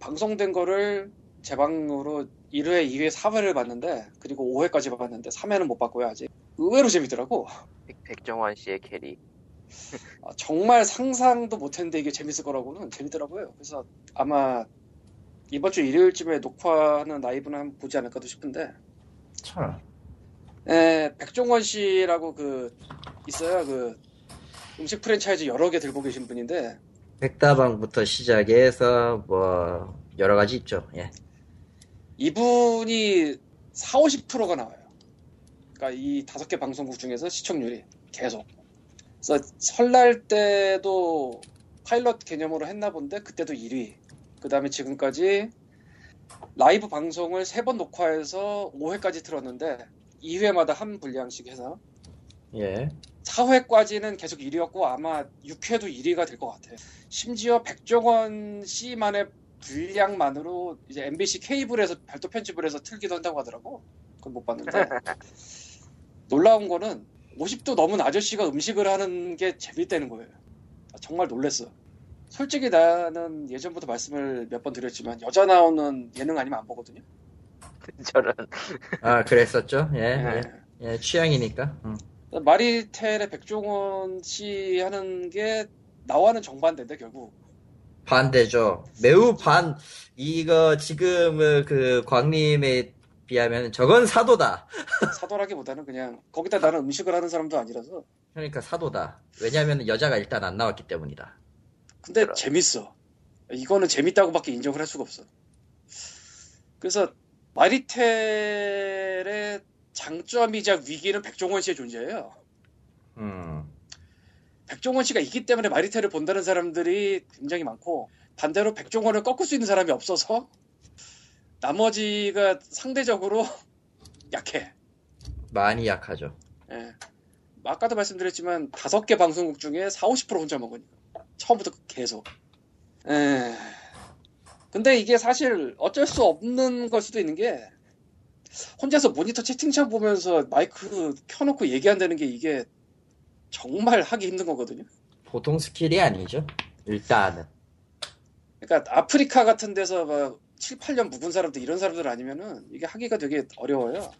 S3: 방송된 거를 제 방으로 1회, 2회, 3회를 봤는데 그리고 5회까지 봤는데 3회는 못 봤고요 아직 의외로 재밌더라고
S2: 백- 백종원 씨의 캐리
S3: 아, 정말 상상도 못했는데 이게 재밌을 거라고는 재밌더라고요 그래서 아마 이번 주 일요일쯤에 녹화하는 라이브는 한번 보지 않을까도 싶은데
S1: 참.
S3: 에, 백종원 씨라고 그 있어요 그 음식 프랜차이즈 여러 개 들고 계신 분인데
S1: 백다방부터 시작해서 뭐 여러 가지 있죠. 예.
S3: 이분이 4, 50%가 나와요. 그러니까 이 다섯 개 방송국 중에서 시청률이 계속. 그래서 설날 때도 파일럿 개념으로 했나 본데 그때도 1위. 그다음에 지금까지 라이브 방송을 세 번 녹화해서 5회까지 틀었는데 2회마다 한 분량씩 해서
S1: 예.
S3: 4회까지는 계속 1위였고 아마 6회도 1위가 될 것 같아요. 심지어 백종원 씨만의 분량만으로 이제 MBC 케이블에서 별도 편집을 해서 틀기도 한다고 하더라고. 그건 못 봤는데 놀라운 거는 50도 넘은 아저씨가 음식을 하는 게 재밌다는 거예요. 아, 정말 놀랬어. 솔직히 나는 예전부터 말씀을 몇 번 드렸지만 여자 나오는 예능 아니면 안 보거든요.
S2: 저런
S1: 아 그랬었죠. 예.
S3: 예.
S1: 예. 예, 취향이니까. 음.
S3: 네. 마리텔의 백종원 씨 하는 게 나와는 정반대인데 결국
S1: 반대죠. 매우 반 이거 지금 어, 그 광님에 비하면 저건 사도다.
S3: 사도라기보다는 그냥 거기다 나는 음식을 하는 사람도 아니라서
S1: 그러니까 사도다. 왜냐하면 여자가 일단 안 나왔기 때문이다.
S3: 근데
S2: 그럼.
S3: 재밌어 이거는 재밌다고밖에 인정을 할 수가 없어 그래서 마리텔의 장점이자 위기는 백종원 씨의 존재예요
S1: 음.
S3: 백종원 씨가 있기 때문에 마리텔을 본다는 사람들이 굉장히 많고 반대로 백종원을 꺾을 수 있는 사람이 없어서 나머지가 상대적으로 약해
S1: 많이 약하죠.
S3: 예. 아까도 말씀드렸지만 다섯 개 방송국 중에 4, 50% 혼자 먹으니까 처음부터 계속. 예. 근데 이게 사실 어쩔 수 없는 걸 수도 있는 게 혼자서 모니터 채팅창 보면서 마이크 켜놓고 얘기한다는 게 이게 정말 하기 힘든 거거든요.
S1: 보통 스킬이 아니죠. 일단은.
S3: 그러니까 아프리카 같은 데서 막 7, 8년 묵은 사람들 이런 사람들 아니면은 이게 하기가 되게 어려워요.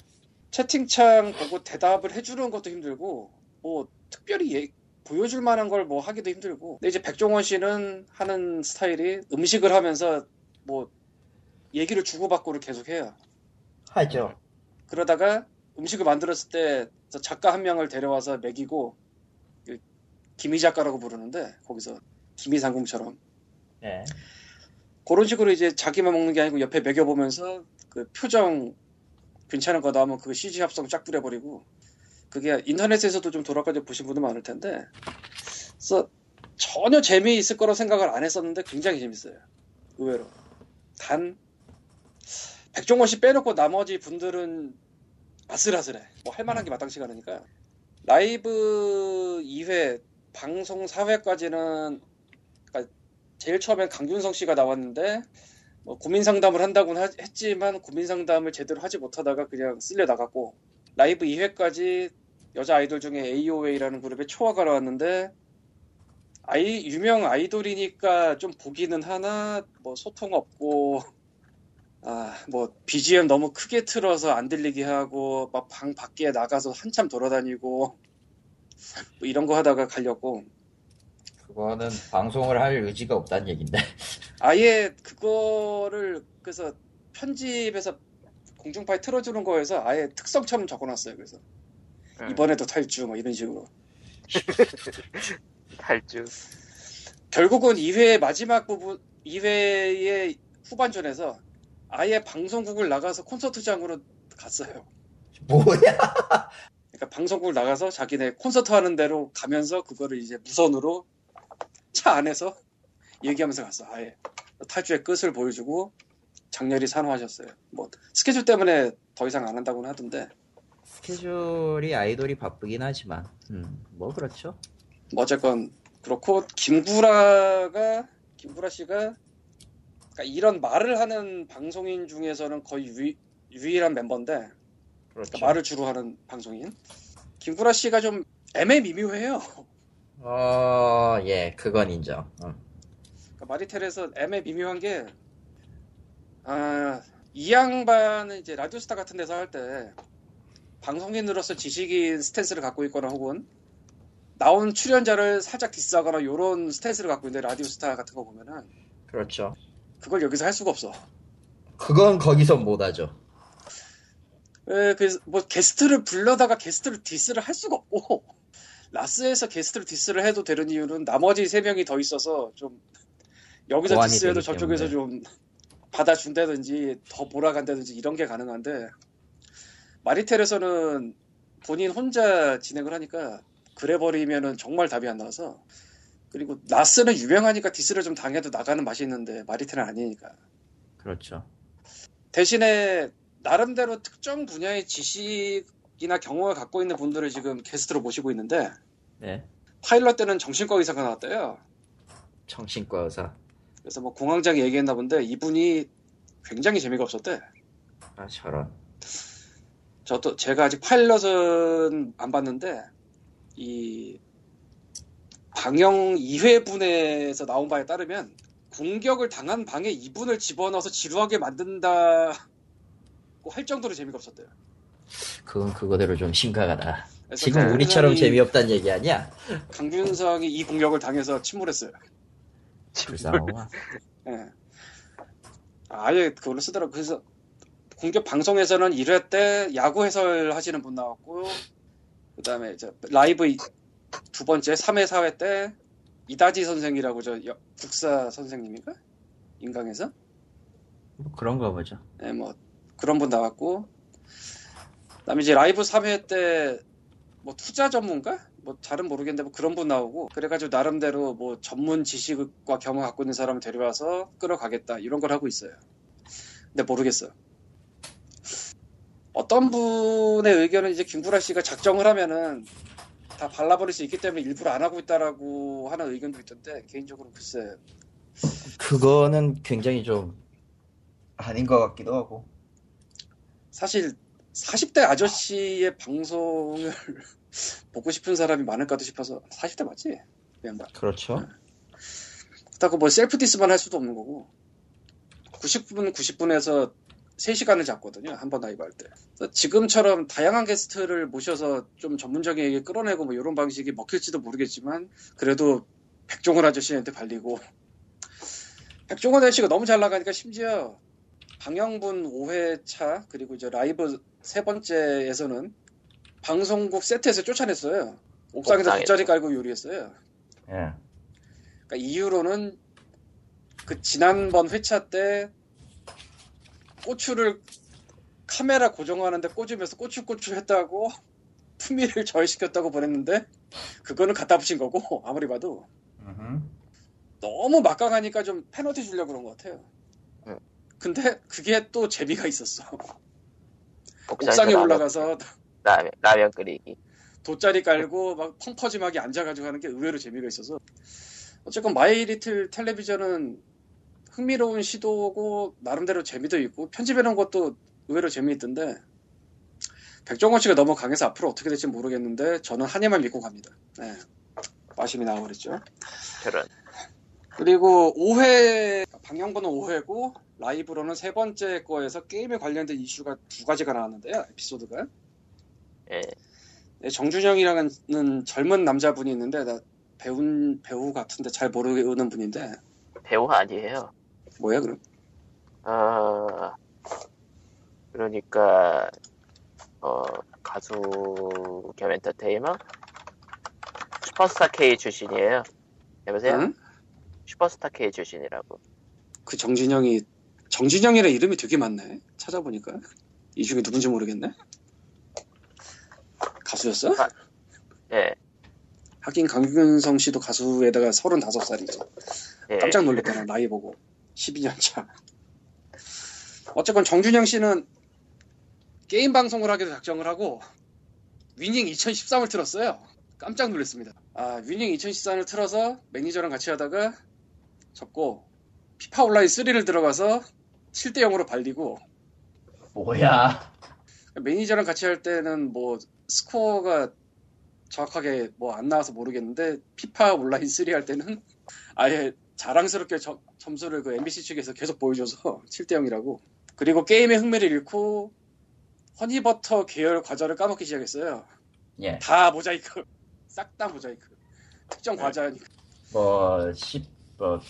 S3: 채팅창 보고 대답을 해주는 것도 힘들고 뭐 특별히 예- 보여줄 만한 걸 뭐 하기도 힘들고 근데 이제 백종원 씨는 하는 스타일이 음식을 하면서 뭐 얘기를 주고받고를 계속해요.
S1: 하죠.
S3: 그러다가 음식을 만들었을 때저 작가 한 명을 데려와서 먹이고 그 김희 작가라고 부르는데 거기서 김희상궁처럼
S1: 네.
S3: 그런 식으로 이제 자기만 먹는 게 아니고 옆에 먹여보면서 그 표정 괜찮은 거다 하면 그 CG 합성 쫙 뿌려버리고 그게 인터넷에서도 좀 돌아가져 보신 분도 많을 텐데 그래서 전혀 재미있을 거라 생각을 안 했었는데 굉장히 재밌어요 의외로 단 백종원 씨 빼놓고 나머지 분들은 아슬아슬해 뭐 할만한 게 마땅치가 않으니까 라이브 2회 방송 4회까지는 제일 처음엔 강균성 씨가 나왔는데 뭐 고민 상담을 한다고는 하- 했지만 고민 상담을 제대로 하지 못하다가 그냥 쓸려 나갔고 라이브 2회까지 여자 아이돌 중에 AOA라는 그룹의 초아가 나왔는데 아이 유명 아이돌이니까 좀 보기는 하나 뭐 소통 없고 아, 뭐 BGM 너무 크게 틀어서 안 들리게 하고 막 방 밖에 나가서 한참 돌아다니고 뭐 이런 거 하다가 갈렸고
S1: 그거는 방송을 할 의지가 없다는 얘긴데.
S3: 아예 그거를 그래서 편집에서 공중파에 틀어주는 거에서 아예 특성처럼 적어놨어요. 그래서 이번에도 탈주 뭐 이런 식으로
S2: 탈주.
S3: 결국은 2회 마지막 부분 2회의 후반전에서 아예 방송국을 나가서 콘서트장으로 갔어요.
S1: 뭐야?
S3: 그러니까 방송국을 나가서 자기네 콘서트 하는 대로 가면서 그거를 이제 무선으로 차 안에서 얘기하면서 갔어. 아예 탈주의 끝을 보여주고 장렬히 산호하셨어요. 뭐 스케줄 때문에 더 이상 안 한다고는 하던데
S1: 스케줄이 아이돌이 바쁘긴 하지만, 음, 뭐 그렇죠.
S3: 뭐 어쨌건 그렇고 김구라가 김구라 씨가 그러니까 이런 말을 하는 방송인 중에서는 거의 유이, 유일한 멤버인데
S1: 그렇죠.
S3: 그러니까 말을 주로 하는 방송인 김구라 씨가 좀 애매미묘해요.
S1: 어, 예, 그건 인정. 어.
S3: 그러니까 마리텔에서 애매미묘한 게 아, 이 양반은 이제 라디오스타 같은 데서 할 때 방송인으로서 지식인 스탠스를 갖고 있거나 혹은 나온 출연자를 살짝 디스하거나 요런 스탠스를 갖고 있는데 라디오스타 같은 거 보면은
S1: 그렇죠.
S3: 그걸 여기서 할 수가 없어.
S1: 그건 거기서 못하죠.
S3: 예, 그래서 뭐 게스트를 불러다가 게스트를 디스를 할 수가 없고 라스에서 게스트를 디스를 해도 되는 이유는 나머지 세 명이 더 있어서 좀 여기서
S1: 보완이
S3: 디스해도
S1: 되기
S3: 저쪽에서 좀 받아준다든지 더 몰아간다든지 이런 게 가능한데 마리텔에서는 본인 혼자 진행을 하니까 그래버리면은 정말 답이 안 나와서 그리고 라스는 유명하니까 디스를 좀 당해도 나가는 맛이 있는데 마리텔은 아니니까
S1: 그렇죠.
S3: 대신에 나름대로 특정 분야의 지식이나 경험을 갖고 있는 분들을 지금 게스트로 모시고 있는데
S1: 네.
S3: 파일럿 때는 정신과 의사가 나왔대요.
S1: 정신과 의사.
S3: 그래서 뭐 공황장 얘기했나 본데 이분이 굉장히 재미가 없었대.
S1: 아, 저런.
S3: 저도 제가 아직 파일럿은 안 봤는데 이 방영 2회분에서 나온 바에 따르면 공격을 당한 방에 이분을 집어넣어서 지루하게 만든다고 할 정도로 재미가 없었대요.
S1: 그건 그거대로 좀 심각하다.
S3: 그래서
S1: 지금
S3: 그
S1: 우리처럼
S3: 사람이-
S1: 재미없단 얘기 아니야?
S3: 강균성이 이 공격을 당해서 침몰했어요.
S1: 불쌍하구나.
S3: 예. 아예 그걸로 쓰더라고. 그래서 공격 방송에서는 1회 때 야구 해설 하시는 분 나왔고, 그 다음에 이제 라이브 이- 두 번째 3회, 4회 때 이다지 선생이라고 저 여- 국사 선생님인가? 인강에서?
S1: 뭐 그런가 보죠.
S3: 예, 뭐 그런 분 나왔고, 그 다음에 이제 라이브 3회 때 뭐 투자 전문가? 뭐 잘은 모르겠는데 뭐 그런 분 나오고 그래가지고 나름대로 뭐 전문 지식과 경험 갖고 있는 사람 데려와서 끌어가겠다 이런 걸 하고 있어요. 근데 모르겠어요. 어떤 분의 의견은 이제 김구라 씨가 작정을 하면은 다 발라버릴 수 있기 때문에 일부러 안 하고 있다라고 하는 의견도 있던데 개인적으로 글쎄
S1: 그거는 굉장히 좀 아닌 것 같기도 하고.
S3: 사실 40대 아저씨의 방송을 보고 싶은 사람이 많을까도 싶어서 40대 맞지? 이 양반.
S1: 그렇죠.
S3: 그렇다고 뭐 셀프 디스만 할 수도 없는 거고 90분 90분에서 3시간을 잡거든요 한 번 라이브 할 때. 그래서 지금처럼 다양한 게스트를 모셔서 좀 전문적인 얘기 끌어내고 뭐 이런 방식이 먹힐지도 모르겠지만 그래도 백종원 아저씨한테 발리고 백종원 아저씨가 너무 잘 나가니까 심지어 방영분 5회차 그리고 이제 라이브 세 번째에서는 방송국 세트에서 쫓아냈어요. 옥상에서
S2: 옥상에서.
S3: 돗자리 깔고 요리했어요.
S1: 예.
S3: 그러니까 이유로는 그 지난번 회차 때 고추를 카메라 고정하는데 꽂으면서 꼬추꼬추 했다고 품위를 저해시켰다고 보냈는데 그거는 갖다 붙인 거고 아무리 봐도
S1: 음.
S3: 너무 막강하니까 좀 페널티 주려고 그런 것 같아요.
S2: 응.
S3: 근데 그게 또 재미가 있었어. 옥상에
S2: 옥상에 올라가.
S3: 올라가서
S2: 라면, 라면 끓이기.
S3: 돗자리 깔고 막 펑퍼짐하게 앉아가지고 하는 게 의외로 재미가 있어서 어쨌건 마이리틀 텔레비전은 흥미로운 시도고 나름대로 재미도 있고 편집해놓은 것도 의외로 재미있던데 백종원 씨가 너무 강해서 앞으로 어떻게 될지 모르겠는데 저는 한예만 믿고 갑니다. 네. 마심이 나와버렸죠.
S2: 저런.
S3: 그리고 5회 방영분은 5회고 라이브로는 세 번째 거에서 게임에 관련된 이슈가 두 가지가 나왔는데요. 에피소드가.
S2: 예.
S3: 네, 정준영이라는 젊은 남자분이 있는데 나 배운 배우 같은데 잘 모르는 분인데
S2: 배우 아니에요.
S3: 뭐야 그럼?
S2: 어, 그러니까 어, 가수 겸 엔터테이너 슈퍼스타 K 출신이에요. 여보세요?
S3: 응?
S2: 슈퍼스타 K 출신이라고.
S3: 그 정준영이 정준영이라 이름이 되게 많네. 찾아보니까 이 중에 누군지 모르겠네. 가수였어?
S2: 아, 예.
S3: 하긴 강균성 씨도 가수에다가 35살이죠.
S2: 예.
S3: 깜짝 놀랐잖아 나이 보고 12년 차. 어쨌건 정준영 씨는 게임 방송을 하기로 작정을 하고 위닝 2013을 틀었어요. 깜짝 놀랐습니다. 아 위닝 2013을 틀어서 매니저랑 같이 하다가 접고 피파 온라인 3를 들어가서 7대 0으로 발리고
S1: 뭐야
S3: 매니저랑 같이 할 때는 뭐 스코어가 정확하게 뭐 안 나와서 모르겠는데 피파 온라인 3 할 때는 아예 자랑스럽게 저- 점수를 그 MBC 측에서 계속 보여줘서 7대 0이라고 그리고 게임의 흥미를 잃고 허니버터 계열 과자를 까먹기 시작했어요 다 모자이크 싹 다 모자이크 특정 과자니까
S1: 뭐, 예뭐10뭐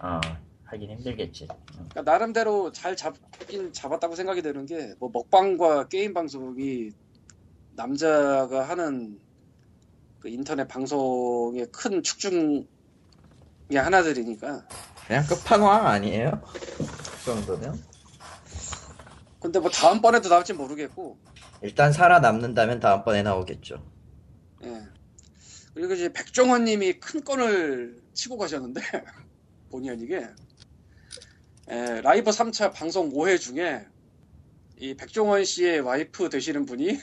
S1: 어, 하긴 힘들겠지 응.
S3: 그러니까 나름대로 잘 잡긴 잡았다고 생각이 되는 게 뭐 먹방과 게임 방송이 남자가 하는 그 인터넷 방송의 큰 축중의 하나들이니까
S1: 그냥 끝판왕 아니에요? 그 정도면
S3: 근데 뭐 다음번에도 나올지 모르겠고
S1: 일단 살아남는다면 다음번에 나오겠죠
S3: 예. 그리고 이제 백종원 님이 큰 건을 치고 가셨는데 본의 아니게 예, 라이브 3차 방송 5회 중에 이 백종원 씨의 와이프 되시는 분이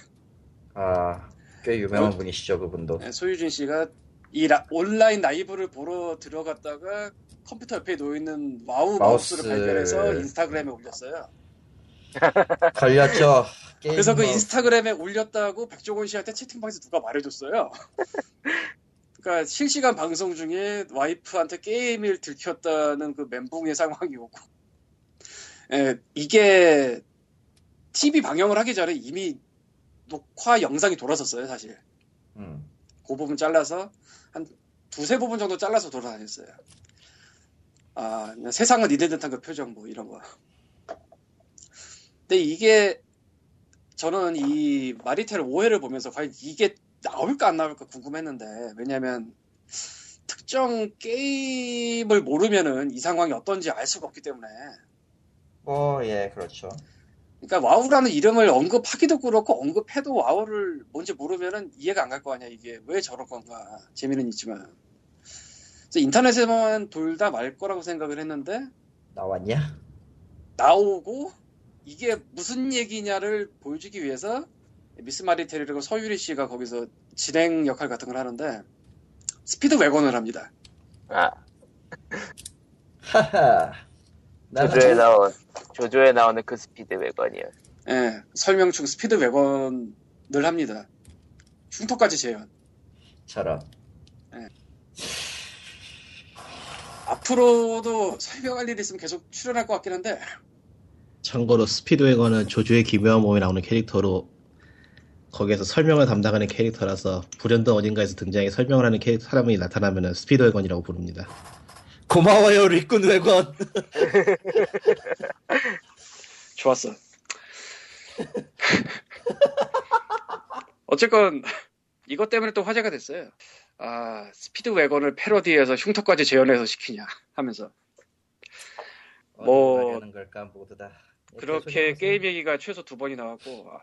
S1: 아꽤 유명한 분이시죠 그분도
S3: 네, 소유진 씨가 이 라- 온라인 라이브를 보러 들어갔다가 컴퓨터 옆에 놓여 있는 와우
S1: 마우스.
S3: 마우스를 발견해서 인스타그램에 올렸어요.
S1: 걸렸죠 게임
S3: 그래서 그
S1: 뭐-
S3: 인스타그램에 올렸다고 백종원 씨한테 채팅방에서 누가 말해줬어요. 그러니까 실시간 방송 중에 와이프한테 게임을 들켰다는 그 멘붕의 상황이 오고, 예, 이게 TV 방영을 하기 전에 이미 녹화 영상이 돌아섰어요, 사실.
S1: 음.
S3: 그 부분 잘라서 한 두세 부분 정도 잘라서 돌아다녔어요. 아, 그냥 세상은 이들 듯한 그 표정 뭐 이런 거. 근데 이게 저는 이 마리텔 오해를 보면서 과연 이게 나올까 안 나올까 궁금했는데 왜냐면 특정 게임을 모르면은 이 상황이 어떤지 알 수가 없기 때문에
S1: 뭐예 그렇죠
S3: 그러니까 와우라는 이름을 언급하기도 그렇고 언급해도 와우를 뭔지 모르면은 이해가 안 갈 거 아니야 이게 왜 저런 건가 재미는 있지만 그래서 인터넷에만 돌다 말 거라고 생각을 했는데
S1: 나왔냐?
S3: 나오고 이게 무슨 얘기냐를 보여주기 위해서 미스 마리테리라고 서유리 씨가 거기서 진행 역할 같은 걸 하는데 스피드 외곤을 합니다.
S2: 아,
S1: 하하 나는
S2: 조조에 나온 조조에 나오는 그 스피드 웨건이요.
S3: 예, 설명충 스피드 외곤을 합니다. 흉터까지 재현.
S1: 처럼
S3: 앞으로도 설명할 일이 있으면 계속 출연할 것 같긴 한데
S4: 참고로 스피드웨거는 조조의 기묘한 몸에 나오는 캐릭터로 거기에서 설명을 담당하는 캐릭터라서 불현듯 어딘가에서 등장해 설명을 하는 캐릭터 사람이 나타나면 스피드웨건이라고 부릅니다.
S1: 고마워요 리꾼 외건
S3: 좋았어. 어쨌건 이것 때문에 또 화제가 됐어요. 아 스피드 웨건을 패러디해서 흉터까지 재현해서 시키냐 하면서 뭐-
S1: 하려는 걸까 모두 다 예,
S3: 네, 그렇게
S1: 계속해서.
S3: 게임 얘기가 최소 두 번이 나왔고 아,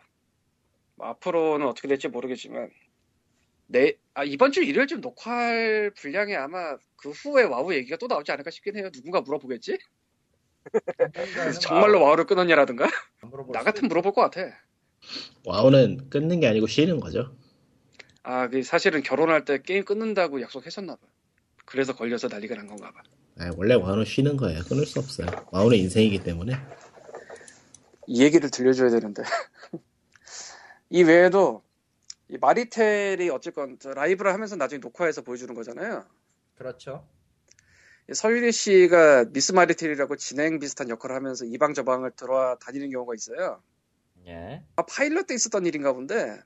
S3: 뭐 앞으로는 어떻게 될지 모르겠지만 내 아, 이번 주 일요일쯤 녹화할 분량에 아마 그 후에 와우 얘기가 또 나오지 않을까 싶긴 해요. 누군가 물어보겠지?
S1: 어떤가는
S3: 정말로 와우를 끊었냐라든가
S1: 안 물어볼
S3: 나
S1: 수도
S3: 같으면 아, 뭐 물어볼 것 같아.
S4: 와우는 끊는 게 아니고 쉬는 거죠.
S3: 아, 그 사실은 결혼할 때 게임 끊는다고 약속했었나 봐. 그래서 걸려서 난리가 난 건가 봐.
S4: 아, 원래 와우는 쉬는 거예요. 끊을 수 없어요. 와우는 인생이기 때문에.
S3: 이 얘기를 들려줘야 되는데. 이 외에도 이 마리텔이 어쨌건 저 라이브를 하면서 나중에 녹화해서 보여주는 거잖아요.
S1: 그렇죠
S3: 서유리 씨가 미스 마리텔이라고 진행 비슷한 역할을 하면서 이방 저방을 돌아다니는 경우가 있어요.
S1: 예.
S3: 아 파일럿 때 있었던 일인가 본데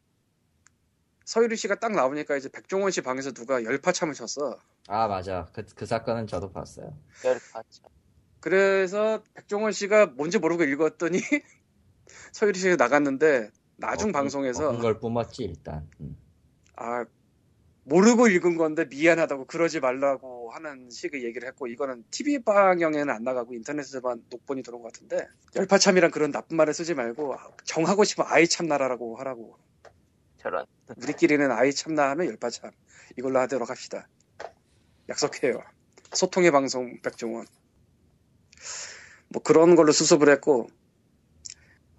S3: 서유리 씨가 딱 나오니까 이제 백종원 씨 방에서 누가 열파 참을 쳤어.
S1: 아 맞아. 그, 그 사건은 저도 봤어요.
S2: 별 봤죠.
S3: 그래서 백종원 씨가 뭔지 모르고 읽었더니 서유리 씨가 나갔는데 나중
S1: 먹은-
S3: 방송에서
S1: 먹은 어, 걸 뿜었지 일단. 음.
S3: 아 모르고 읽은 건데 미안하다고 그러지 말라고 하는 식의 얘기를 했고 이거는 TV 방영에는 안 나가고 인터넷에만 녹본이 들어온 것 같은데 열파참이란 그런 나쁜 말을 쓰지 말고 아, 정하고 싶으면 아이 참나라라고 하라고
S2: 저런.
S3: 우리끼리는 아이 참나 하면 열파참 이걸로 하도록 합시다 약속해요 소통의 방송 백종원 뭐 그런 걸로 수습을 했고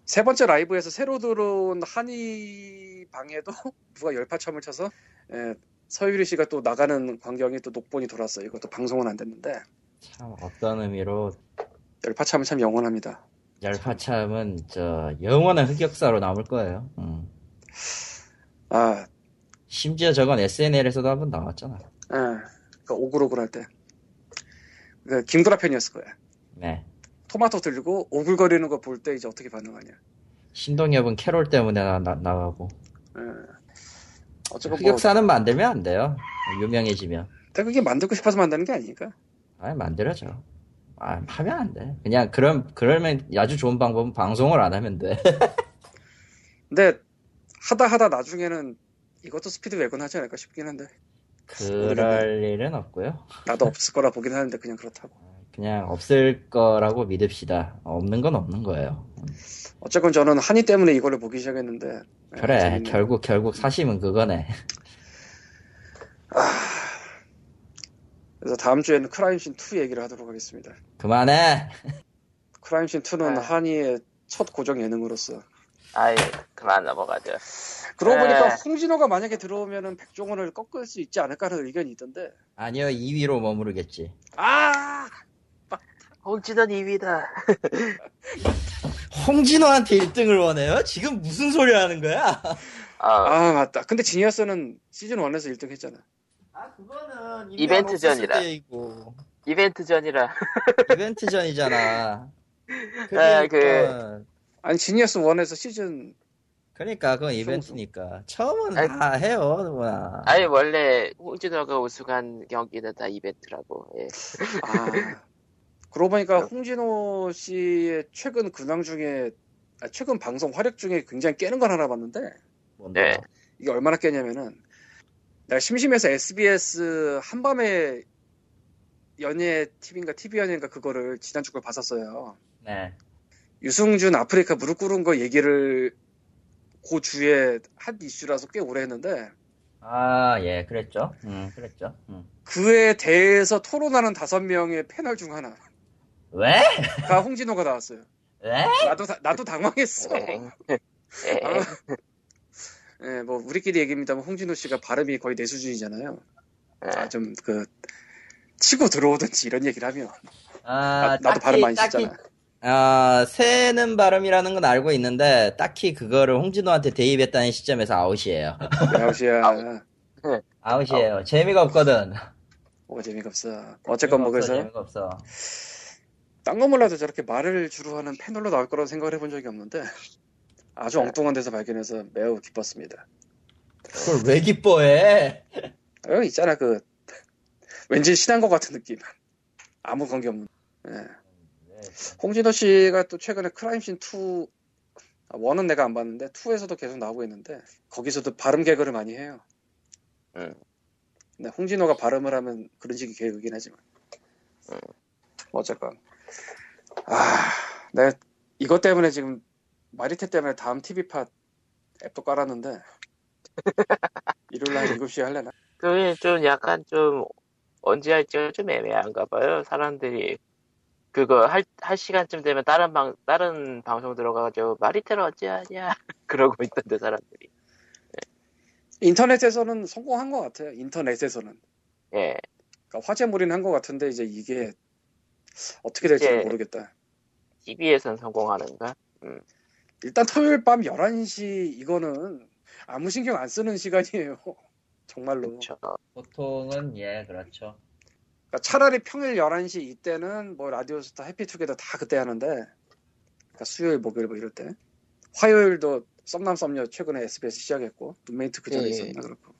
S3: 세 번째 라이브에서 새로 들어온 한이 방에도 누가 열파참을 쳐서 예, 서유리 씨가 또 나가는 광경이 또 녹본이 돌았어요. 이것도 방송은 안 됐는데
S1: 참 어떤 의미로
S3: 열파참은 참 영원합니다.
S1: 열파참은 저 영원한 흑역사로 남을 거예요. 음.
S3: 아,
S1: 심지어 저건 SNL에서도 한 번 나왔잖아.
S3: 예, 그 오글오글 할 때. 그 김구라 편이었을 거야.
S1: 네.
S3: 토마토 들고 오글거리는 거 볼 때 이제 어떻게 반응하냐.
S1: 신동엽은 캐롤 때문에 나, 나, 나가고.
S3: 예. 어쨌건 뭐,
S1: 흑역사는 만들면 안 돼요. 유명해지면.
S3: 근데 그게 만들고 싶어서 만드는 게 아니니까.
S1: 아니, 만들어져. 아, 하면 안 돼. 그냥, 그럼, 그러면 아주 좋은 방법은 방송을 안 하면 돼.
S3: 근데 하다 하다 나중에는 이것도 스피드 웨건 하지 않을까 싶긴 한데
S1: 그럴 일은 없고요.
S3: 나도 없을 거라 보긴 하는데 그냥 그렇다고.
S1: 그냥 없을 거라고 믿읍시다. 없는 건 없는 거예요.
S3: 어쨌건 저는 한이 때문에 이거를 보기 시작했는데. 예,
S1: 그래,
S3: 재밌네요.
S1: 결국, 결국 사심은 그거네.
S3: 그래서 다음 주에는 크라임씬 2 얘기를 하도록 하겠습니다.
S1: 그만해!
S3: 크라임씬 2는
S2: 아.
S3: 한이의 첫 고정 예능으로서.
S2: 아이 그만 넘어가죠.
S3: 그러고
S2: 네.
S3: 보니까 홍진호가 만약에 들어오면은 백종원을 꺾을 수 있지 않을까 하는 의견이 있던데.
S1: 아니요, 2위로 머무르겠지.
S3: 아!
S2: 홍진원 2위다.
S1: 홍진호한테 1등을 원해요? 지금 무슨 소리 하는 거야?
S2: 아,
S3: 아, 맞다. 근데 지니어스는 시즌 1에서 1등 했잖아.
S1: 아, 그거는 임대가
S2: 이벤트
S1: 없었을
S2: 전이라.
S1: 때이고.
S2: 이벤트 전이라.
S1: 이벤트 전이잖아.
S2: 아,
S1: 그러니까,
S2: 그-
S1: 그...
S3: 아니, 지니어스 1에서 시즌
S1: 그러니까 그건 이벤트니까. 처음은 다 해요, 뭐야.
S2: 아, 아니 원래 홍진호가 우승한 경기는 다 이벤트라고. 예.
S3: 아. 그러고 보니까 홍진호 씨의 최근 근황 중에 아, 최근 방송 활약 중에 굉장히 깨는 걸 하나 봤는데
S1: 뭔데?
S2: 네.
S3: 이게 얼마나 깨냐면은 내가 심심해서 SBS 한밤에 연예 TV인가 TV 연예인가 그거를 지난주 걸 봤었어요.
S1: 네.
S3: 유승준 아프리카 무릎 꿇은 거 얘기를 그 주에 핫 이슈라서 꽤 오래 했는데
S1: 아, 예, 그랬죠. 음, 그랬죠. 음.
S3: 그에 대해서 토론하는 다섯 명의 패널 중 하나가
S1: 왜?
S3: 홍진호가 나왔어요.
S1: 왜?
S3: 나도 다- 나도 당황했어.
S2: 엥. 예.
S3: 아. 예, 뭐 우리끼리 얘기입니다만 홍진호 씨가 발음이 거의 내 수준이잖아요.
S1: 네.
S2: 예.
S3: 좀 그 치고 들어오든지 이런 얘기를 하면
S1: 아,
S3: 나, 도 발음 많이 쓰잖아.
S1: 아, 새는 발음이라는 건 알고 있는데, 딱히 그거를 홍진호한테 대입했다는 시점에서 아웃이에요.
S3: 야우시야.
S1: 아웃이에요. 재미가 없거든.
S3: 뭐가 재미가 없어. 어쨌건
S1: 재미가 없어,
S3: 뭐 그래서
S1: 재미가 없어.
S3: 딴 거 몰라도 저렇게 말을 주로 하는 패널로 나올 거라고 생각을 해본 적이 없는데
S1: 네.
S3: 아주 엉뚱한 데서 발견해서 매우 기뻤습니다.
S1: 그걸 왜 기뻐해?
S3: 어, 있잖아 그 왠지 신한 것 같은 느낌 아무 관계 없는 예.
S1: 네,
S3: 홍진호 씨가 또 최근에 크라임씬 2 아, 1은 내가 안 봤는데 2에서도 계속 나오고 있는데 거기서도 발음 개그를 많이 해요
S2: 음.
S3: 근데 홍진호가 발음을 하면 그런 식의 개그긴 하지만 뭐 어쨌건 아 내가 이것 때문에 지금 마리테 때문에 다음 TV팟 앱도 깔았는데 일요일 날 7시에 할래나?
S2: 그게 좀 약간 좀 언제 할지가 좀 애매한가 봐요. 사람들이 그거 할, 할 시간쯤 되면 다른 방, 다른 방송 들어가가지고 마리텔 어찌하냐. 그러고 있던데, 사람들이.
S3: 인터넷에서는 성공한 것 같아요. 인터넷에서는
S2: 예.
S3: 그러니까 화제몰이는 한 것 같은데 이제 이게 어떻게 될지
S2: 예.
S3: 는 모르겠다.
S2: TV에선 성공하는가?
S3: 일단 토요일 밤 11시 이거는 아무 신경 안 쓰는 시간이에요. 정말로.
S2: 그쵸.
S1: 보통은, 예, 그렇죠.
S3: 그러니까 그러니까 차라리 평일 11시 이때는 뭐 라디오스타 해피투게더 다 그때 하는데 그러니까 수요일 목요일 뭐 이럴 때 화요일도 썸남 썸녀 최근에 SBS 시작했고 룸메이트 그 전에
S2: 예, 예.
S3: 있었나 그렇고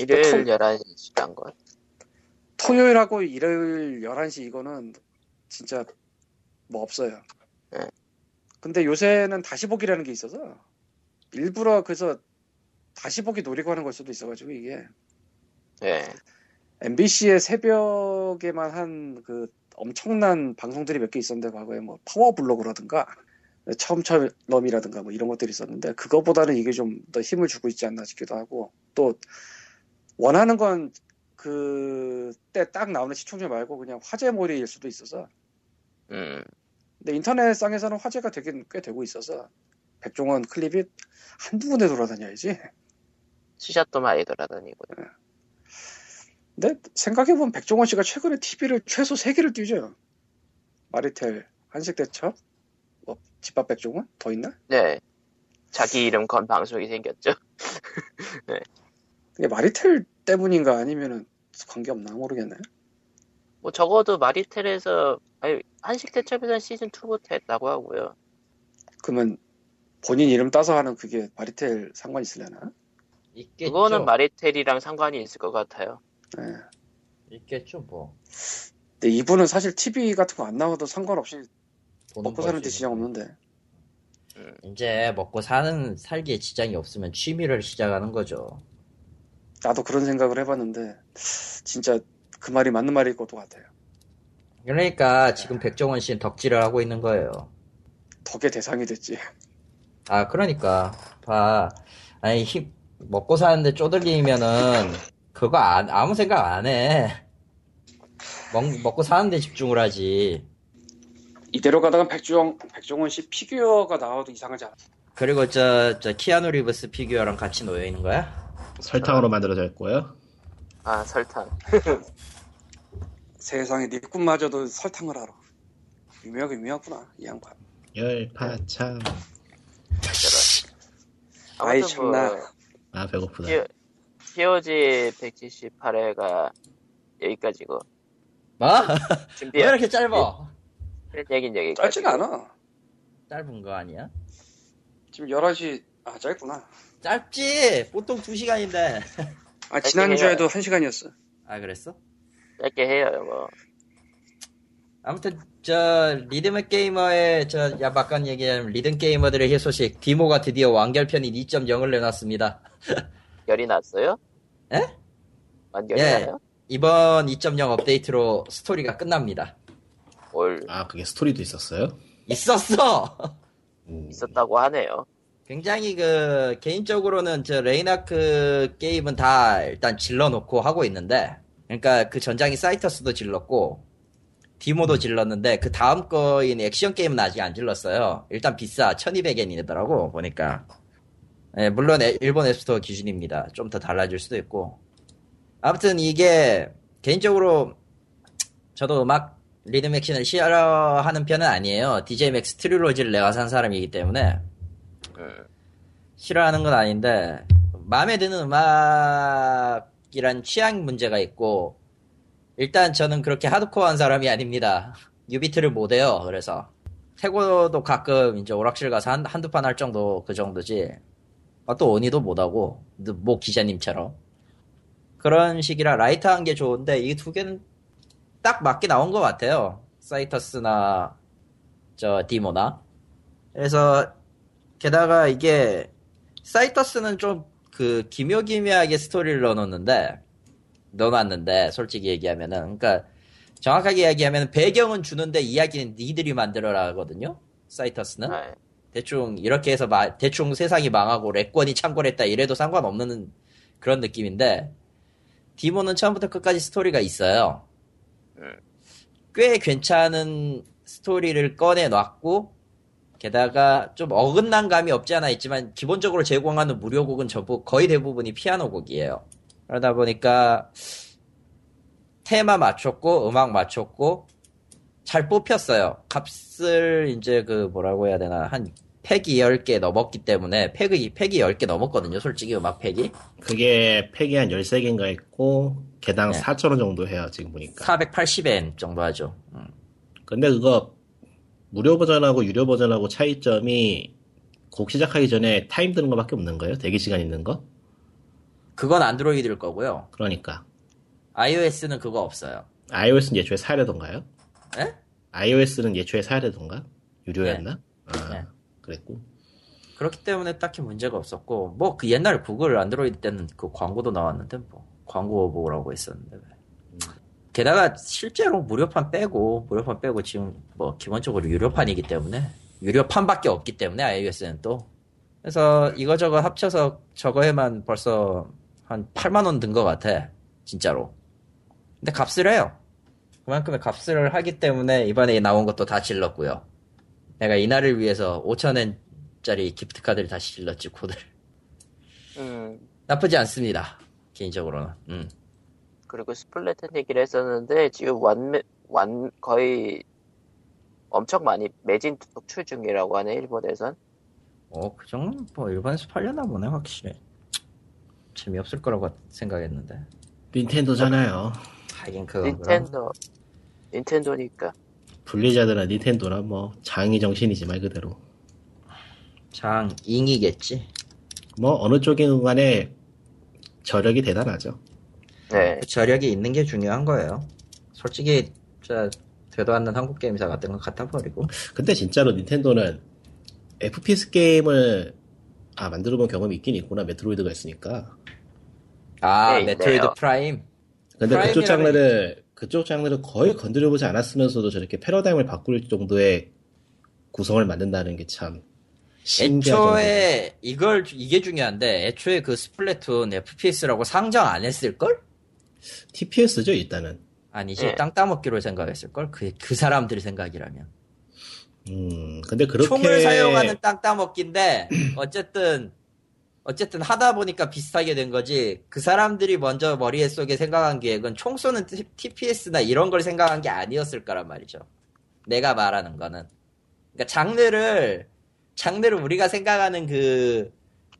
S2: 일요일
S3: 통-
S2: 11시 간 것.
S3: 토요일하고 일요일 11시 이거는 진짜 뭐 없어요
S2: 예.
S3: 근데 요새는 다시 보기라는 게 있어서 일부러 그래서 다시 보기 노리고 하는 걸 수도 있어가지고 이게
S2: 예.
S3: MBC의 새벽에만 한 그 엄청난 방송들이 몇 개 있었는데 과거에 뭐 파워블로그라든가 처음처럼이라든가 뭐 이런 것들이 있었는데 그것보다는 이게 좀 더 힘을 주고 있지 않나 싶기도 하고 또 원하는 건 그때 딱 나오는 시청률 말고 그냥 화제몰이일 수도 있어서
S2: 음.
S3: 근데 인터넷상에서는 화제가 되긴 꽤 되고 있어서 백종원 클립이 한두 군데 돌아다녀야지
S2: 시샷도 많이 돌아다니고요.
S3: 근데 생각해보면 백종원 씨가 최근에 TV를 최소 3개를 뛰죠. 마리텔, 한식대첩, 뭐, 집밥 백종원? 더 있나?
S2: 네. 자기 이름 건 방송이 생겼죠.
S3: 그게 마리텔 때문인가 아니면은 관계없나 모르겠네.
S2: 뭐 적어도 마리텔에서 아니 한식 대첩에서는 시즌 2부터 했다고 하고요.
S3: 그러면 본인 이름 따서 하는 그게 마리텔 상관 있으려나?
S1: 있겠죠.
S2: 그거는 마리텔이랑 상관이 있을 것 같아요.
S3: 예.
S1: 있겠죠 뭐.
S3: 근데 이분은 사실 TV 같은 거 안 나와도 상관없이
S1: 보는
S3: 먹고 사는 데
S1: 거지.
S3: 지장 없는데.
S1: 이제 먹고 사는 살기에 지장이 없으면 취미를 시작하는 거죠.
S3: 나도 그런 생각을 해봤는데, 진짜 그 말이 맞는 말일 것도 같아요.
S1: 그러니까 지금 백종원 씨는 덕질을 하고 있는 거예요.
S3: 덕의 대상이 됐지.
S1: 아 그러니까 봐 아니 힘 먹고 사는데 쪼들리면은 그거 안, 아무 생각 안해 먹고 사는데 집중을 하지
S3: 이대로 가다가 백종, 백종원 씨 피규어가 나와도 이상하지 않아.
S1: 그리고 저, 저 키아누 리브스 피규어랑 같이 놓여있는 거야?
S4: 설탕으로 만들어져 있고요.
S2: 아 설탕.
S3: 세상에 네 꿈마저도 설탕을 알아. 유명하게 유명하구나 이 양반.
S4: 열파참.
S3: 아이,
S2: 아무튼 뭐
S3: 장난.
S4: 아 배고프다.
S2: 예. POG 178회가 여기까지고
S1: 뭐? 왜
S2: 준비한
S1: 이렇게 짧아?
S2: 얘긴 여기까지.
S3: 짧지가 않아.
S1: 짧은 거 아니야?
S3: 지금 11시 아 짧구나.
S1: 짧지! 보통 2시간인데
S3: 아 지난주에도 1시간이었어.
S1: 아 그랬어?
S2: 짧게 해요. 뭐
S1: 아무튼 저 리듬 게이머의 저 야박한 얘기하면 리듬 게이머들의 희 소식 디모가 드디어 완결편인 2.0을 내놨습니다
S2: 열이 났어요?
S1: 에?
S2: 완결이
S1: 예.
S2: 나요?
S1: 이번 2.0 업데이트로 스토리가 끝납니다.
S2: 올
S4: 아 그게 스토리도 있었어요?
S1: 있었어!
S4: 음.
S2: 있었다고 하네요.
S1: 굉장히 그, 개인적으로는 저 레이나크 게임은 다 일단 질러놓고 하고 있는데, 그러니까 그 전장이 사이터스도 질렀고, 디모도 질렀는데, 그 다음 거인 액션 게임은 아직 안 질렀어요. 일단 비싸. 1200엔이더라고, 보니까. 예, 물론 에- 일본 앱스토어 기준입니다. 좀 더 달라질 수도 있고. 아무튼 이게, 개인적으로 저도 음악 리듬 액션을 싫어하는 편은 아니에요. DJ Max 트릴로지를 내가 산 사람이기 때문에
S2: 음.
S1: 싫어하는 건 아닌데 마음에 드는 음악이란 취향 문제가 있고 일단 저는 그렇게 하드코어한 사람이 아닙니다. 유비트를 못 해요. 그래서 태고도 가끔 이제 오락실 가서 한, 한두 판 할 정도 그 정도지. 아, 또 언니도 못 하고 뭐 기자님처럼 그런 식이라 라이트한 게 좋은데 이 두 개는 딱 맞게 나온 것 같아요. 사이터스나 저 디모나. 그래서 게다가 이게 사이터스는 좀 그 기묘기묘하게 스토리를 넣어놓는데 넣어놨는데 솔직히 얘기하면은 그러니까 정확하게 이야기하면 배경은 주는데 이야기는 니들이 만들어라 하거든요. 사이터스는.
S2: 아,
S1: 대충 이렇게 해서 마- 대충 세상이 망하고 레권이 창궐했다 이래도 상관없는 그런 느낌인데 디모는 처음부터 끝까지 스토리가 있어요.
S2: 음.
S1: 꽤 괜찮은 스토리를 꺼내놨고 게다가 좀 어긋난 감이 없지 않아 있지만 기본적으로 제공하는 무료곡은 전부 거의 대부분이 피아노 곡이에요. 그러다 보니까 테마 맞췄고 음악 맞췄고 잘 뽑혔어요. 값을 이제 그 뭐라고 해야 되나 한 팩이 10개 넘었기 때문에 팩이, 팩이 10개 넘었거든요. 솔직히 음악 팩이.
S4: 그게 팩이 한 13개인가 있고, 개당
S1: 네.
S4: 4,000원 정도 해요, 지금 보니까.
S1: 480엔 정도 하죠. 음.
S4: 근데 그거, 무료 버전하고 유료 버전하고 차이점이, 곡 시작하기 전에 타임 드는 거밖에 없는 거예요? 대기 시간 있는 거?
S1: 그건 안드로이드일 거고요.
S4: 그러니까.
S1: iOS는 그거 없어요.
S4: iOS는 예초에 사야 되던가요?
S1: 예?
S4: iOS는 예초에 사야 되던가? 유료였나? 아,
S1: 네.
S4: 그랬고.
S1: 그렇기 때문에 딱히 문제가 없었고, 뭐 그 옛날 구글 안드로이드 때는 그 광고도 나왔는데 뭐 광고 보라고 했었는데. 왜. 게다가 실제로 무료판 빼고 무료판 빼고 지금 뭐 기본적으로 유료판이기 때문에 유료판밖에 없기 때문에 iOS는 또 그래서 이거저거 합쳐서 저거에만 벌써 한 8만 원 든 것 같아 진짜로. 근데 값을 해요. 그만큼의 값을 하기 때문에 이번에 나온 것도 다 질렀고요. 내가 이날을 위해서 5천엔짜리 기프트카드를 다시 질렀지, 코드를.
S2: 음,
S1: 나쁘지 않습니다. 개인적으로는. 음.
S2: 그리고 스플래툰 얘기를 했었는데 지금 완매 완 거의 엄청 많이 매진 독출 중이라고 하네 일본에선.
S1: 어, 그 정도? 뭐, 일본에서 팔려나 보네, 확실히. 재미없을 거라고 생각했는데.
S4: 닌텐도잖아요.
S1: 하긴 그건 그럼.
S2: 닌텐도 닌텐도니까
S4: 블리자드나 닌텐도나 뭐, 장이 정신이지 말 그대로.
S1: 장, 잉이겠지.
S4: 뭐, 어느 쪽인 간에 저력이 대단하죠.
S2: 네
S1: 그 저력이 있는 게 중요한 거예요. 솔직히, 저, 되도 않는 한국 게임사 같은 건 갖다 버리고.
S4: 근데 진짜로 닌텐도는 FPS 게임을 아 만들어 본 경험이 있긴 있구나 메트로이드가 있으니까
S1: 아,
S2: 네,
S1: 메트로이드
S2: 있네요.
S1: 프라임.
S4: 근데 그쪽
S1: 프라임이라는-
S4: 장르를 그쪽 장르를 거의 건드려 보지 않았으면서도 저렇게 패러다임을 바꿀 정도의 구성을 만든다는 게 참 신기하죠
S1: 애초에 이걸 이게 중요한데 애초에 그 스플래툰 FPS라고 상장 안 했을 걸?
S4: TPS죠 일단은
S1: 아니지
S2: 예.
S1: 땅 따먹기로 생각했을 걸? 그 그 사람들 생각이라면
S4: 음 근데 그렇게
S1: 총을 사용하는 땅 따먹기인데 어쨌든 어쨌든 하다 보니까 비슷하게 된 거지 그 사람들이 먼저 머리에 속에 생각한 계획은 총 쏘는 T- TPS나 이런 걸 생각한 게 아니었을 거란 말이죠. 내가 말하는 거는 그러니까 장르를 장르를 우리가 생각하는 그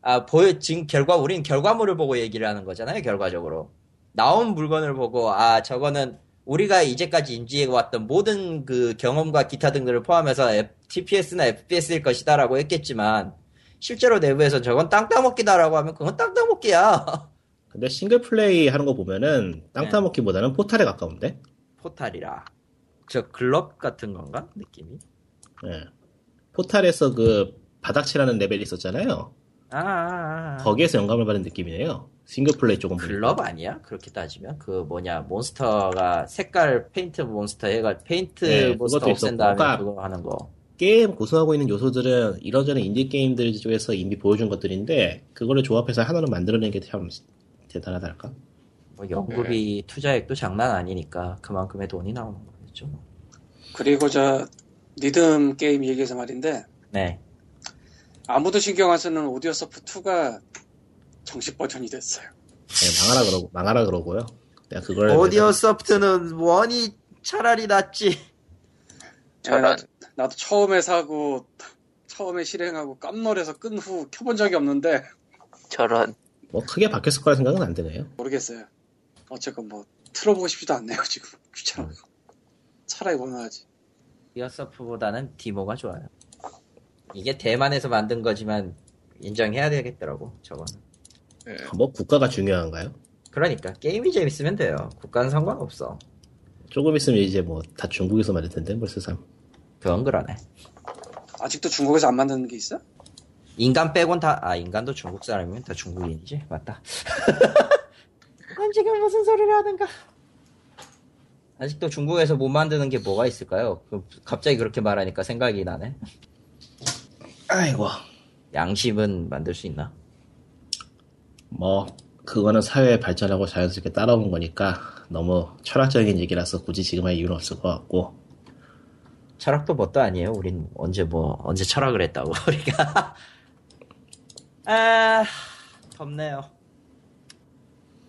S1: 아, 보여, 지금 결과, 우린 결과물을 보고 얘기를 하는 거잖아요, 결과적으로. 나온 물건을 보고, 아, 저거는 우리가 이제까지 인지해왔던 모든 그 경험과 기타 등등을 포함해서 TPS나 FPS일 것이다라고 했겠지만, 실제로 내부에서 저건 땅 따먹기다라고 하면 그건 땅 따먹기야.
S4: 근데 싱글 플레이 하는 거 보면은
S1: 네.
S4: 땅따먹기보다는 포탈에 가까운데
S1: 포탈이라. 저 글럽 같은 건가? 느낌이?
S4: 예. 포탈에서 그 바닥칠하는 레벨이 있었잖아요
S1: 아, 아, 아.
S4: 거기에서 영감을 받은 느낌이네요 싱글 플레이 조금 보니까.
S1: 글럽 아니야? 그렇게 따지면 그 뭐냐 몬스터가 색깔 페인트 몬스터 해가 페인트
S4: 네,
S1: 몬스터
S4: 그것도
S1: 없앤
S4: 있었고.
S1: 다음에
S4: 그러니까
S1: 그거 하는 거.
S4: 게임 구성하고 있는 요소들은 이런저런 인디게임들 쪽에서 이미 보여준 것들인데 그거를 조합해서 하나로 만들어낸 게 참 대단하달까
S1: 뭐 연구비
S4: 네.
S1: 투자액도 장난 아니니까 그만큼의 돈이 나오는 거겠죠. 뭐.
S3: 그리고 저 리듬 게임 얘기해서 말인데
S1: 네.
S3: 아무도 신경 안 쓰는 오디오 서프 2가 정식 버전이 됐어요.
S4: 네, 망하라 그러고 망하라 그러고요 내가 그걸
S1: 오디오 소프트는 원이 차라리 낫지.
S2: 저런
S3: 예, 나도 처음에 사고 처음에 실행하고 깜놀해서 끈 후 켜본 적이 없는데
S2: 저런
S4: 뭐 크게 바뀌었을 거라 생각은 안 되네요
S3: 모르겠어요. 어쨌건 뭐 틀어보고 싶지도 않네요 지금 귀찮아. 차라리 원화하지.
S1: 오디오 소프트보다는 디모가 좋아요. 이게 대만에서 만든 거지만 인정해야 되겠더라고 저거는.
S4: 뭐 국가가 중요한가요?
S1: 그러니까 게임이 재밌으면 돼요. 국가는 상관없어.
S4: 조금 있으면 이제 뭐 다 중국에서 만들 텐데 벌써 삼
S1: 그건 그러네.
S3: 아직도 중국에서 안 만드는 게 있어?
S1: 인간 빼곤 다, 아, 인간도 중국 사람이면 다 중국인이지? 맞다. 난 지금 무슨 소리를 하는가? 아직도 중국에서 못 만드는 게 뭐가 있을까요? 그, 갑자기 그렇게 말하니까 생각이 나네.
S4: 아이고
S1: 양심은 만들 수 있나?
S4: 뭐 그거는 사회 발전하고 자연스럽게 따라온 거니까 너무 철학적인 얘기라서 굳이 지금 할 이유는 없을 것 같고
S1: 철학도 뭣도 아니에요. 우린 언제 뭐, 언제 철학을 했다고, 우리가. 아, 덥네요.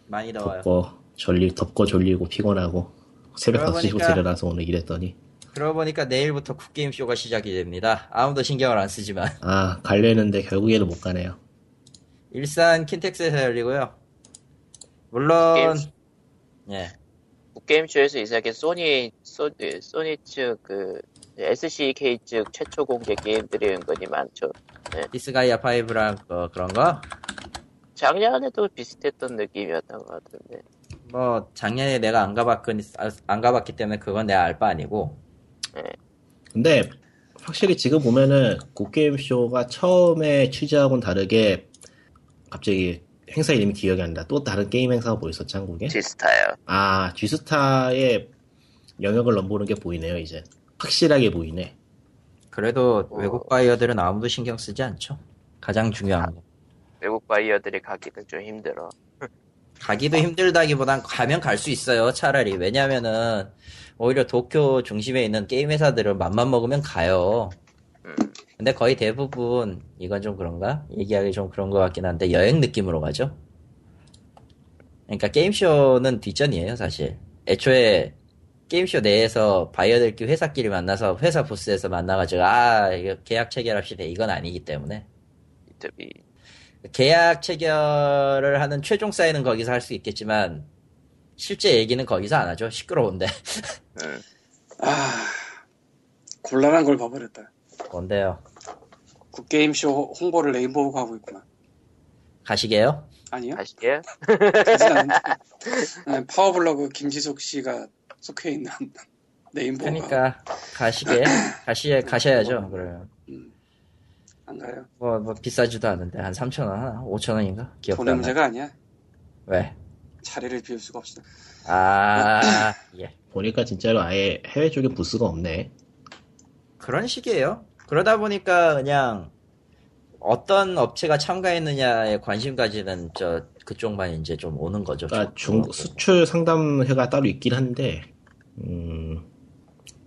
S1: 많이 더워요.
S4: 덥고 뭐 졸리 덥고 졸리고 피곤하고 새벽
S1: 그러다
S4: 5시부터
S1: 보니까-
S4: 일어나서 오늘 일했더니
S1: 그러고 보니까 내일부터 굿게임 쇼가 시작이 됩니다. 아무도 신경을 안 쓰지만
S4: 아, 갈려는데 결국에는 못 가네요.
S1: 일산 킨텍스에서 열리고요. 물론
S2: 게임-
S1: 예
S2: 게임쇼에서 이상하게 소니 소, 소니 측그 SCK 측 최초 공개 게임들이 은근히 많죠.
S1: 디스가이아 5랑 뭐 그런 거.
S2: 작년에도 비슷했던 느낌이었던 것 같은데.
S1: 뭐 작년에 내가 안 가봤건 안 가봤기 때문에 그건 내가 알 바 아니고
S4: 근데 확실히 지금 보면은 굿게임 쇼가 처음에 취재하고는 다르게 갑자기 행사 이름이 기억이 안 나. 또 다른 게임 행사가 뭐 있었지 한국에?
S2: 비슷해요.
S4: 아, G스타의 영역을 넘보는 게 보이네요, 이제. 확실하게 보이네.
S1: 그래도
S2: 어.
S1: 외국 바이어들은 아무도 신경 쓰지 않죠. 가장 중요한 거.
S2: 외국 바이어들이 가기는 좀 힘들어.
S1: 가기도 힘들다기보단 가면 갈 수 있어요. 차라리 왜냐면은 오히려 도쿄 중심에 있는 게임 회사들은 맘만 먹으면 가요.
S2: 음.
S1: 근데 거의 대부분 이건 좀 그런가? 얘기하기 좀 그런 것 같긴 한데 여행 느낌으로 가죠. 그러니까 게임쇼는 뒷전이에요, 사실. 애초에 게임쇼 내에서 바이어들끼리 회사끼리 만나서 회사 부스에서 만나가지고 아 이거 계약 체결합시다 이건 아니기 때문에
S2: 이투비
S1: 계약 체결을 하는 최종 사인은 거기서 할 수 있겠지만 실제 얘기는 거기서 안 하죠. 시끄러운데
S2: 음.
S3: 아, 곤란한 걸 봐버렸다.
S1: 뭔데요?
S3: 굿게임쇼 홍보를 레인보우가 하고 있구나.
S1: 가시게요?
S3: 아니요?
S2: 아시게요?
S3: 되진 않는데. 네, 파워블로그 김지숙 씨가 속해 있는 레인보우가
S1: 그러니까 가시게 가시 가셔야죠. 그러면
S3: 안 가요.
S1: 뭐, 뭐 비싸지도 않은데 한 3천 원 하나, 5천 원인가? 기억도
S3: 돈의
S1: 안 나.
S3: 문제가 아니야.
S1: 왜?
S3: 자리를 비울 수가 없어.
S1: 아 예.
S4: 보니까 진짜로 아예 해외 쪽에 부스가 없네.
S1: 그런 식이에요. 그러다 보니까 그냥 어떤 업체가 참가했느냐에 관심 가지는 저 그쪽만 이제 좀 오는 거죠.
S4: 그러니까
S1: 좀.
S4: 중 수출 상담회가 따로 있긴 한데, 음,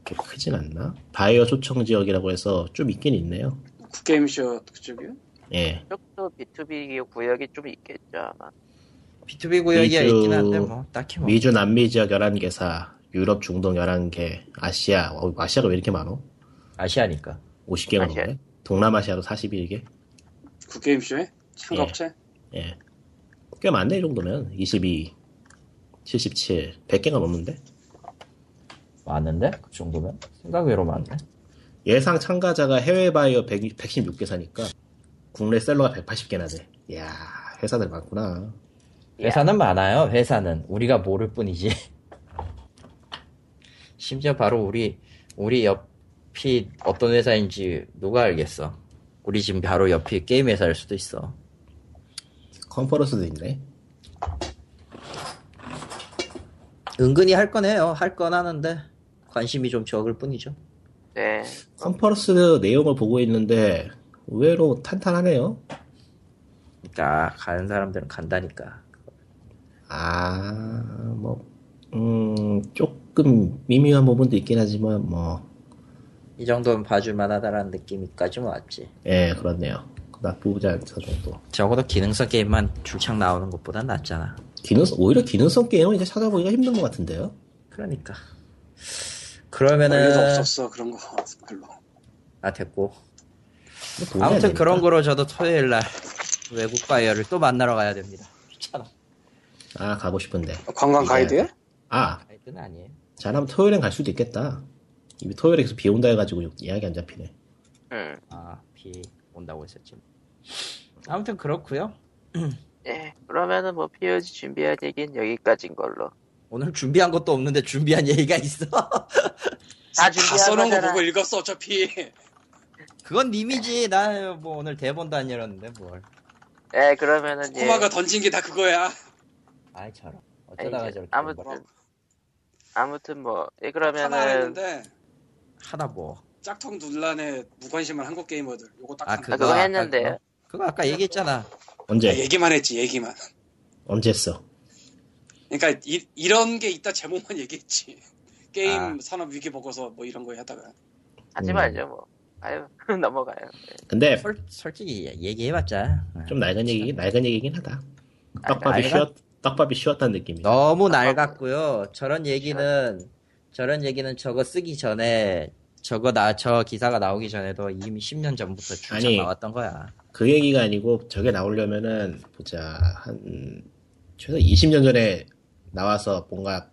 S4: 그렇게 크진 않나? 바이어 초청 지역이라고 해서 좀 있긴 있네요.
S3: 굿게임쇼 그쪽이요?
S4: 예.
S2: 쪽도 B2B 구역이 좀 있겠죠 아마.
S1: B2B 구역이야
S4: 미주-
S1: 있긴 한데 뭐 딱히 뭐.
S4: 어. 미주 남미 지역 11개사, 유럽 중동 11개, 아시아, 어, 아시아가 왜 이렇게 많어?
S1: 아시아니까.
S4: 50개가
S2: 아시아.
S4: 넘네? 동남아시아로 41개?
S3: 굿게임쇼에? 참가업체?
S4: 예. 꽤 많네, 이 정도면. 22, 77, 100개가 넘는데?
S1: 많은데? 그 정도면? 생각외로 많네.
S4: 예상 참가자가 해외 바이어 1 116개사니까, 국내 셀러가 180개나 돼. 이야, 회사들 많구나.
S1: 회사는 많아요, 회사는. 우리가 모를 뿐이지. 심지어 바로 우리, 우리 옆이 어떤 회사인지 누가 알겠어. 우리 지금 바로 옆이 게임 회사일 수도 있어.
S4: 컨퍼런스도 있네.
S1: 은근히 할 건 해요. 할 건 하는데, 관심이 좀 적을 뿐이죠.
S2: 네.
S4: 컨퍼런스 내용을 보고 있는데, 의외로 탄탄하네요.
S1: 그니까, 그러니까 가는 사람들은 간다니까.
S4: 아, 뭐, 음, 조금 미묘한 부분도 있긴 하지만, 뭐,
S1: 이 정도면 봐줄만 하다라는 느낌까지 뭐 왔지.
S4: 예, 그렇네요. 나쁘지 않다 정도.
S1: 적어도 기능성 게임만 줄창 나오는 것보단 낫잖아.
S4: 기능성, 오히려 기능성 게임은 이제 찾아보기가 힘든 것 같은데요?
S1: 그러니까.
S3: 원래도
S1: 그러면은
S3: 없었어 그런 거 별로.
S1: 아 됐고
S4: 이거 도움이 안
S1: 아무튼
S4: 되니까.
S1: 그런 거로 저도 토요일 날 외국 바이어를 또 만나러 가야 됩니다. 귀찮아.
S4: 아, 가고 싶은데.
S3: 관광 가이드야?
S4: 아,
S1: 하여튼 아니에요.
S4: 잘하면 토요일엔 갈 수도 있겠다. 이미 토요일에 계속 비 온다 해가지고 예약이 안 잡히네.
S2: 음.
S1: 아비 온다고 했었지. 아무튼 그렇고요.
S2: 예. 그러면은 뭐 POG 준비할 얘기는 여기까지인 걸로.
S1: 오늘 준비한 것도 없는데 준비한 얘기가 있어.
S2: 다
S3: 다
S2: 준비한
S3: 써놓은 거
S2: 거잖아. 예.
S3: 보고 읽었어 어차피.
S1: 그건 님이지. 나 뭐 오늘 대본도 안 열었는데 뭘.
S2: 예. 그러면은 예.
S3: 코마가 던진 게 다 그거야.
S1: 아이 저런.
S2: 아니,
S1: 어쩌다가
S2: 이제
S1: 저렇게
S2: 아무튼
S1: 뭐
S3: 뭐라고.
S2: 아무튼 뭐 예.
S3: 하나
S2: 그러면은
S3: 했는데
S1: 하다 뭐.
S3: 짝퉁 논란에 무관심한 한국 게이머들 요거 딱
S1: 아
S3: 하나.
S1: 그거,
S2: 아, 그거
S1: 아까
S2: 했는데요.
S1: 그거, 그거 아까 얘기했잖아. 예.
S3: 야,
S4: 언제?
S3: 얘기만 했지 얘기만.
S4: 언제 했어?
S3: 그러니까 이, 이런 게 있다 제목만 얘기했지. 게임
S1: 아.
S3: 산업 위기 보고서 뭐 이런 거 하다가
S2: 하지
S4: 음.
S2: 말죠 뭐. 아유 넘어가요. 예.
S4: 근데
S1: 솔, 솔직히 얘기해봤자.
S4: 좀 낡은 얘기, 낡은 얘기긴 하다. 떡밥이
S1: 낡아?
S4: 아, 쉬었, 떡밥이 쉬었다는 느낌이야.
S1: 너무 낡았고요. 저런 얘기는 저런 얘기는 저거 쓰기 전에 저거 나 저 기사가 나오기 전에도 이미 10년 전부터 출장
S4: 아니.
S1: 나왔던 거야.
S4: 그 얘기가 아니고 저게 나오려면은 보자 한 최소 20년 전에 나와서 뭔가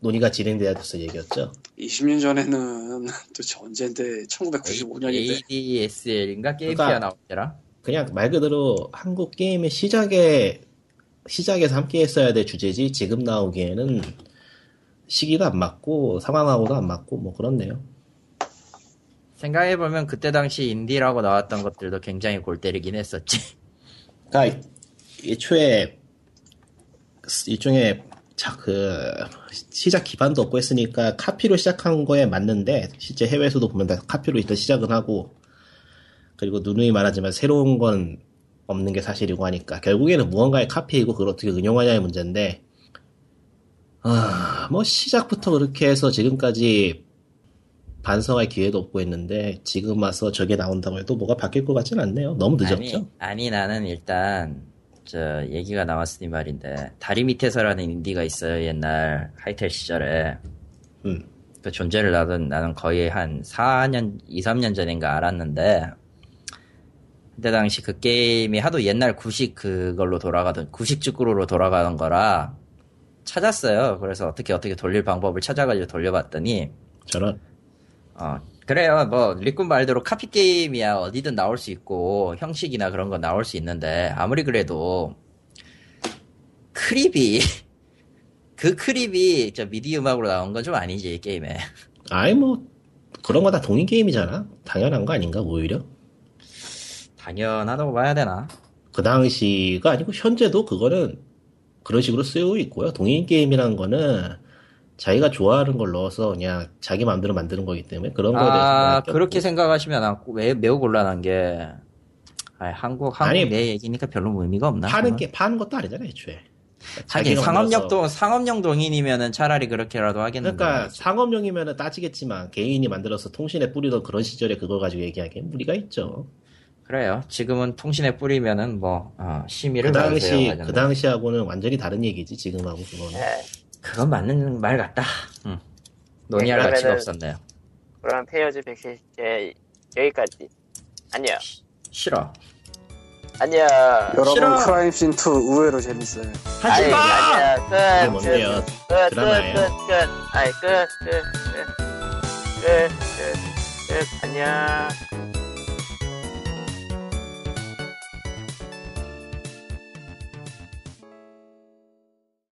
S4: 논의가 진행돼야 돼서 얘기였죠.
S3: 20년 전에는 도대체 언젠데 1995년인데
S1: ADSL인가 게임
S4: 그러니까-
S1: 피아 나올 때랑
S4: 그냥 말 그대로 한국 게임의 시작에 시작에서 함께 했어야 될 주제지 지금 나오기에는 시기도 안 맞고 상황하고도 안 맞고 뭐 그렇네요.
S1: 생각해 보면 그때 당시 인디라고 나왔던 것들도 굉장히 골 때리긴 했었지.
S4: 그러니까 애초에 일종의 자그 시작 기반도 없고 했으니까 카피로 시작한 거에 맞는데 실제 해외에서도 보면 다 카피로 일단 시작은 하고 그리고 누누이 말하지만 새로운 건 없는 게 사실이고 하니까 결국에는 무언가의 카피이고 그걸 어떻게 응용하냐의 문제인데 아뭐 시작부터 그렇게 해서 지금까지 반성할 기회도 없고 했는데 지금 와서 저게 나온다고 해도 뭐가 바뀔 것 같진 않네요 너무 늦었죠
S1: 아니, 아니 나는 일단 저 얘기가 나왔으니 말인데 다리 밑에서라는 인디가 있어요 옛날 하이텔 시절에
S4: 음.
S1: 그 존재를 나는 나는 거의 한 4년 2, 3년 전인가 알았는데 그때 당시 그 게임이 하도 옛날 구식 그걸로 돌아가던 구식 축구로 돌아가는 거라 찾았어요 그래서 어떻게 어떻게 돌릴 방법을 찾아가지고 돌려봤더니
S4: 저런
S1: 어, 그래요. 뭐, 리꾼 말대로 카피 게임이야. 어디든 나올 수 있고, 형식이나 그런 건 나올 수 있는데, 아무리 그래도, 크립이, 그 크립이 저 미디 음악으로 나온 건 좀 아니지, 게임에.
S4: 아이 뭐 그런 거 다 동인 게임이잖아 당연한 거 아닌가 오히려
S1: 당연하다고 봐야 되나?
S4: 그 당시가 아니고 현재도 그거는 그런 식으로 쓰이고 있고요 동인 게임이라는 거는 자기가 좋아하는 걸 넣어서 그냥 자기 마음대로 만드는 거기 때문에 그런 거에 대해서
S1: 아,
S4: 말할 게
S1: 그렇게
S4: 없고.
S1: 생각하시면 안, 매, 매우 곤란한 게, 아 한국, 한국
S4: 아니,
S1: 내 얘기니까 별로 의미가 없나?
S4: 파는
S1: 그건?
S4: 게 파는 것도 아니잖아 애초에
S1: 하긴,
S4: 자기가
S1: 상업용,
S4: 만들어서-
S1: 동, 상업용 동인이면은 차라리 그렇게라도 하겠는데.
S4: 그러니까 상업용이면 따지겠지만 개인이 만들어서 통신에 뿌리던 그런 시절에 그걸 가지고 얘기하기엔 무리가 있죠
S1: 그래요. 지금은 통신에 뿌리면은 뭐 어, 심의를
S4: 그
S1: 받으세요,
S4: 당시
S1: 하던데.
S4: 그 당시하고는 완전히 다른 얘기지 지금하고 그거는
S2: 네,
S1: 그건 맞는 말 같다. 응. 논의할
S2: 네, 그러면은-
S1: 가치가 없었네요.
S2: 그럼 페어즈 170제 여기까지. 안녕.
S1: 싫어.
S2: 안녕.
S3: 여러분
S1: 싫어.
S3: 크라임씬 2 의외로 재밌어요
S1: 하지 마.
S2: 아니,
S4: 이게
S2: 아니야. 끝. 끝.
S4: 뭔데요
S2: 끝. 끝.
S4: 드라마예요.
S2: 끝. 끝. 아이 끝. 끝. 끝. 끝. 끝. 끝. 안녕.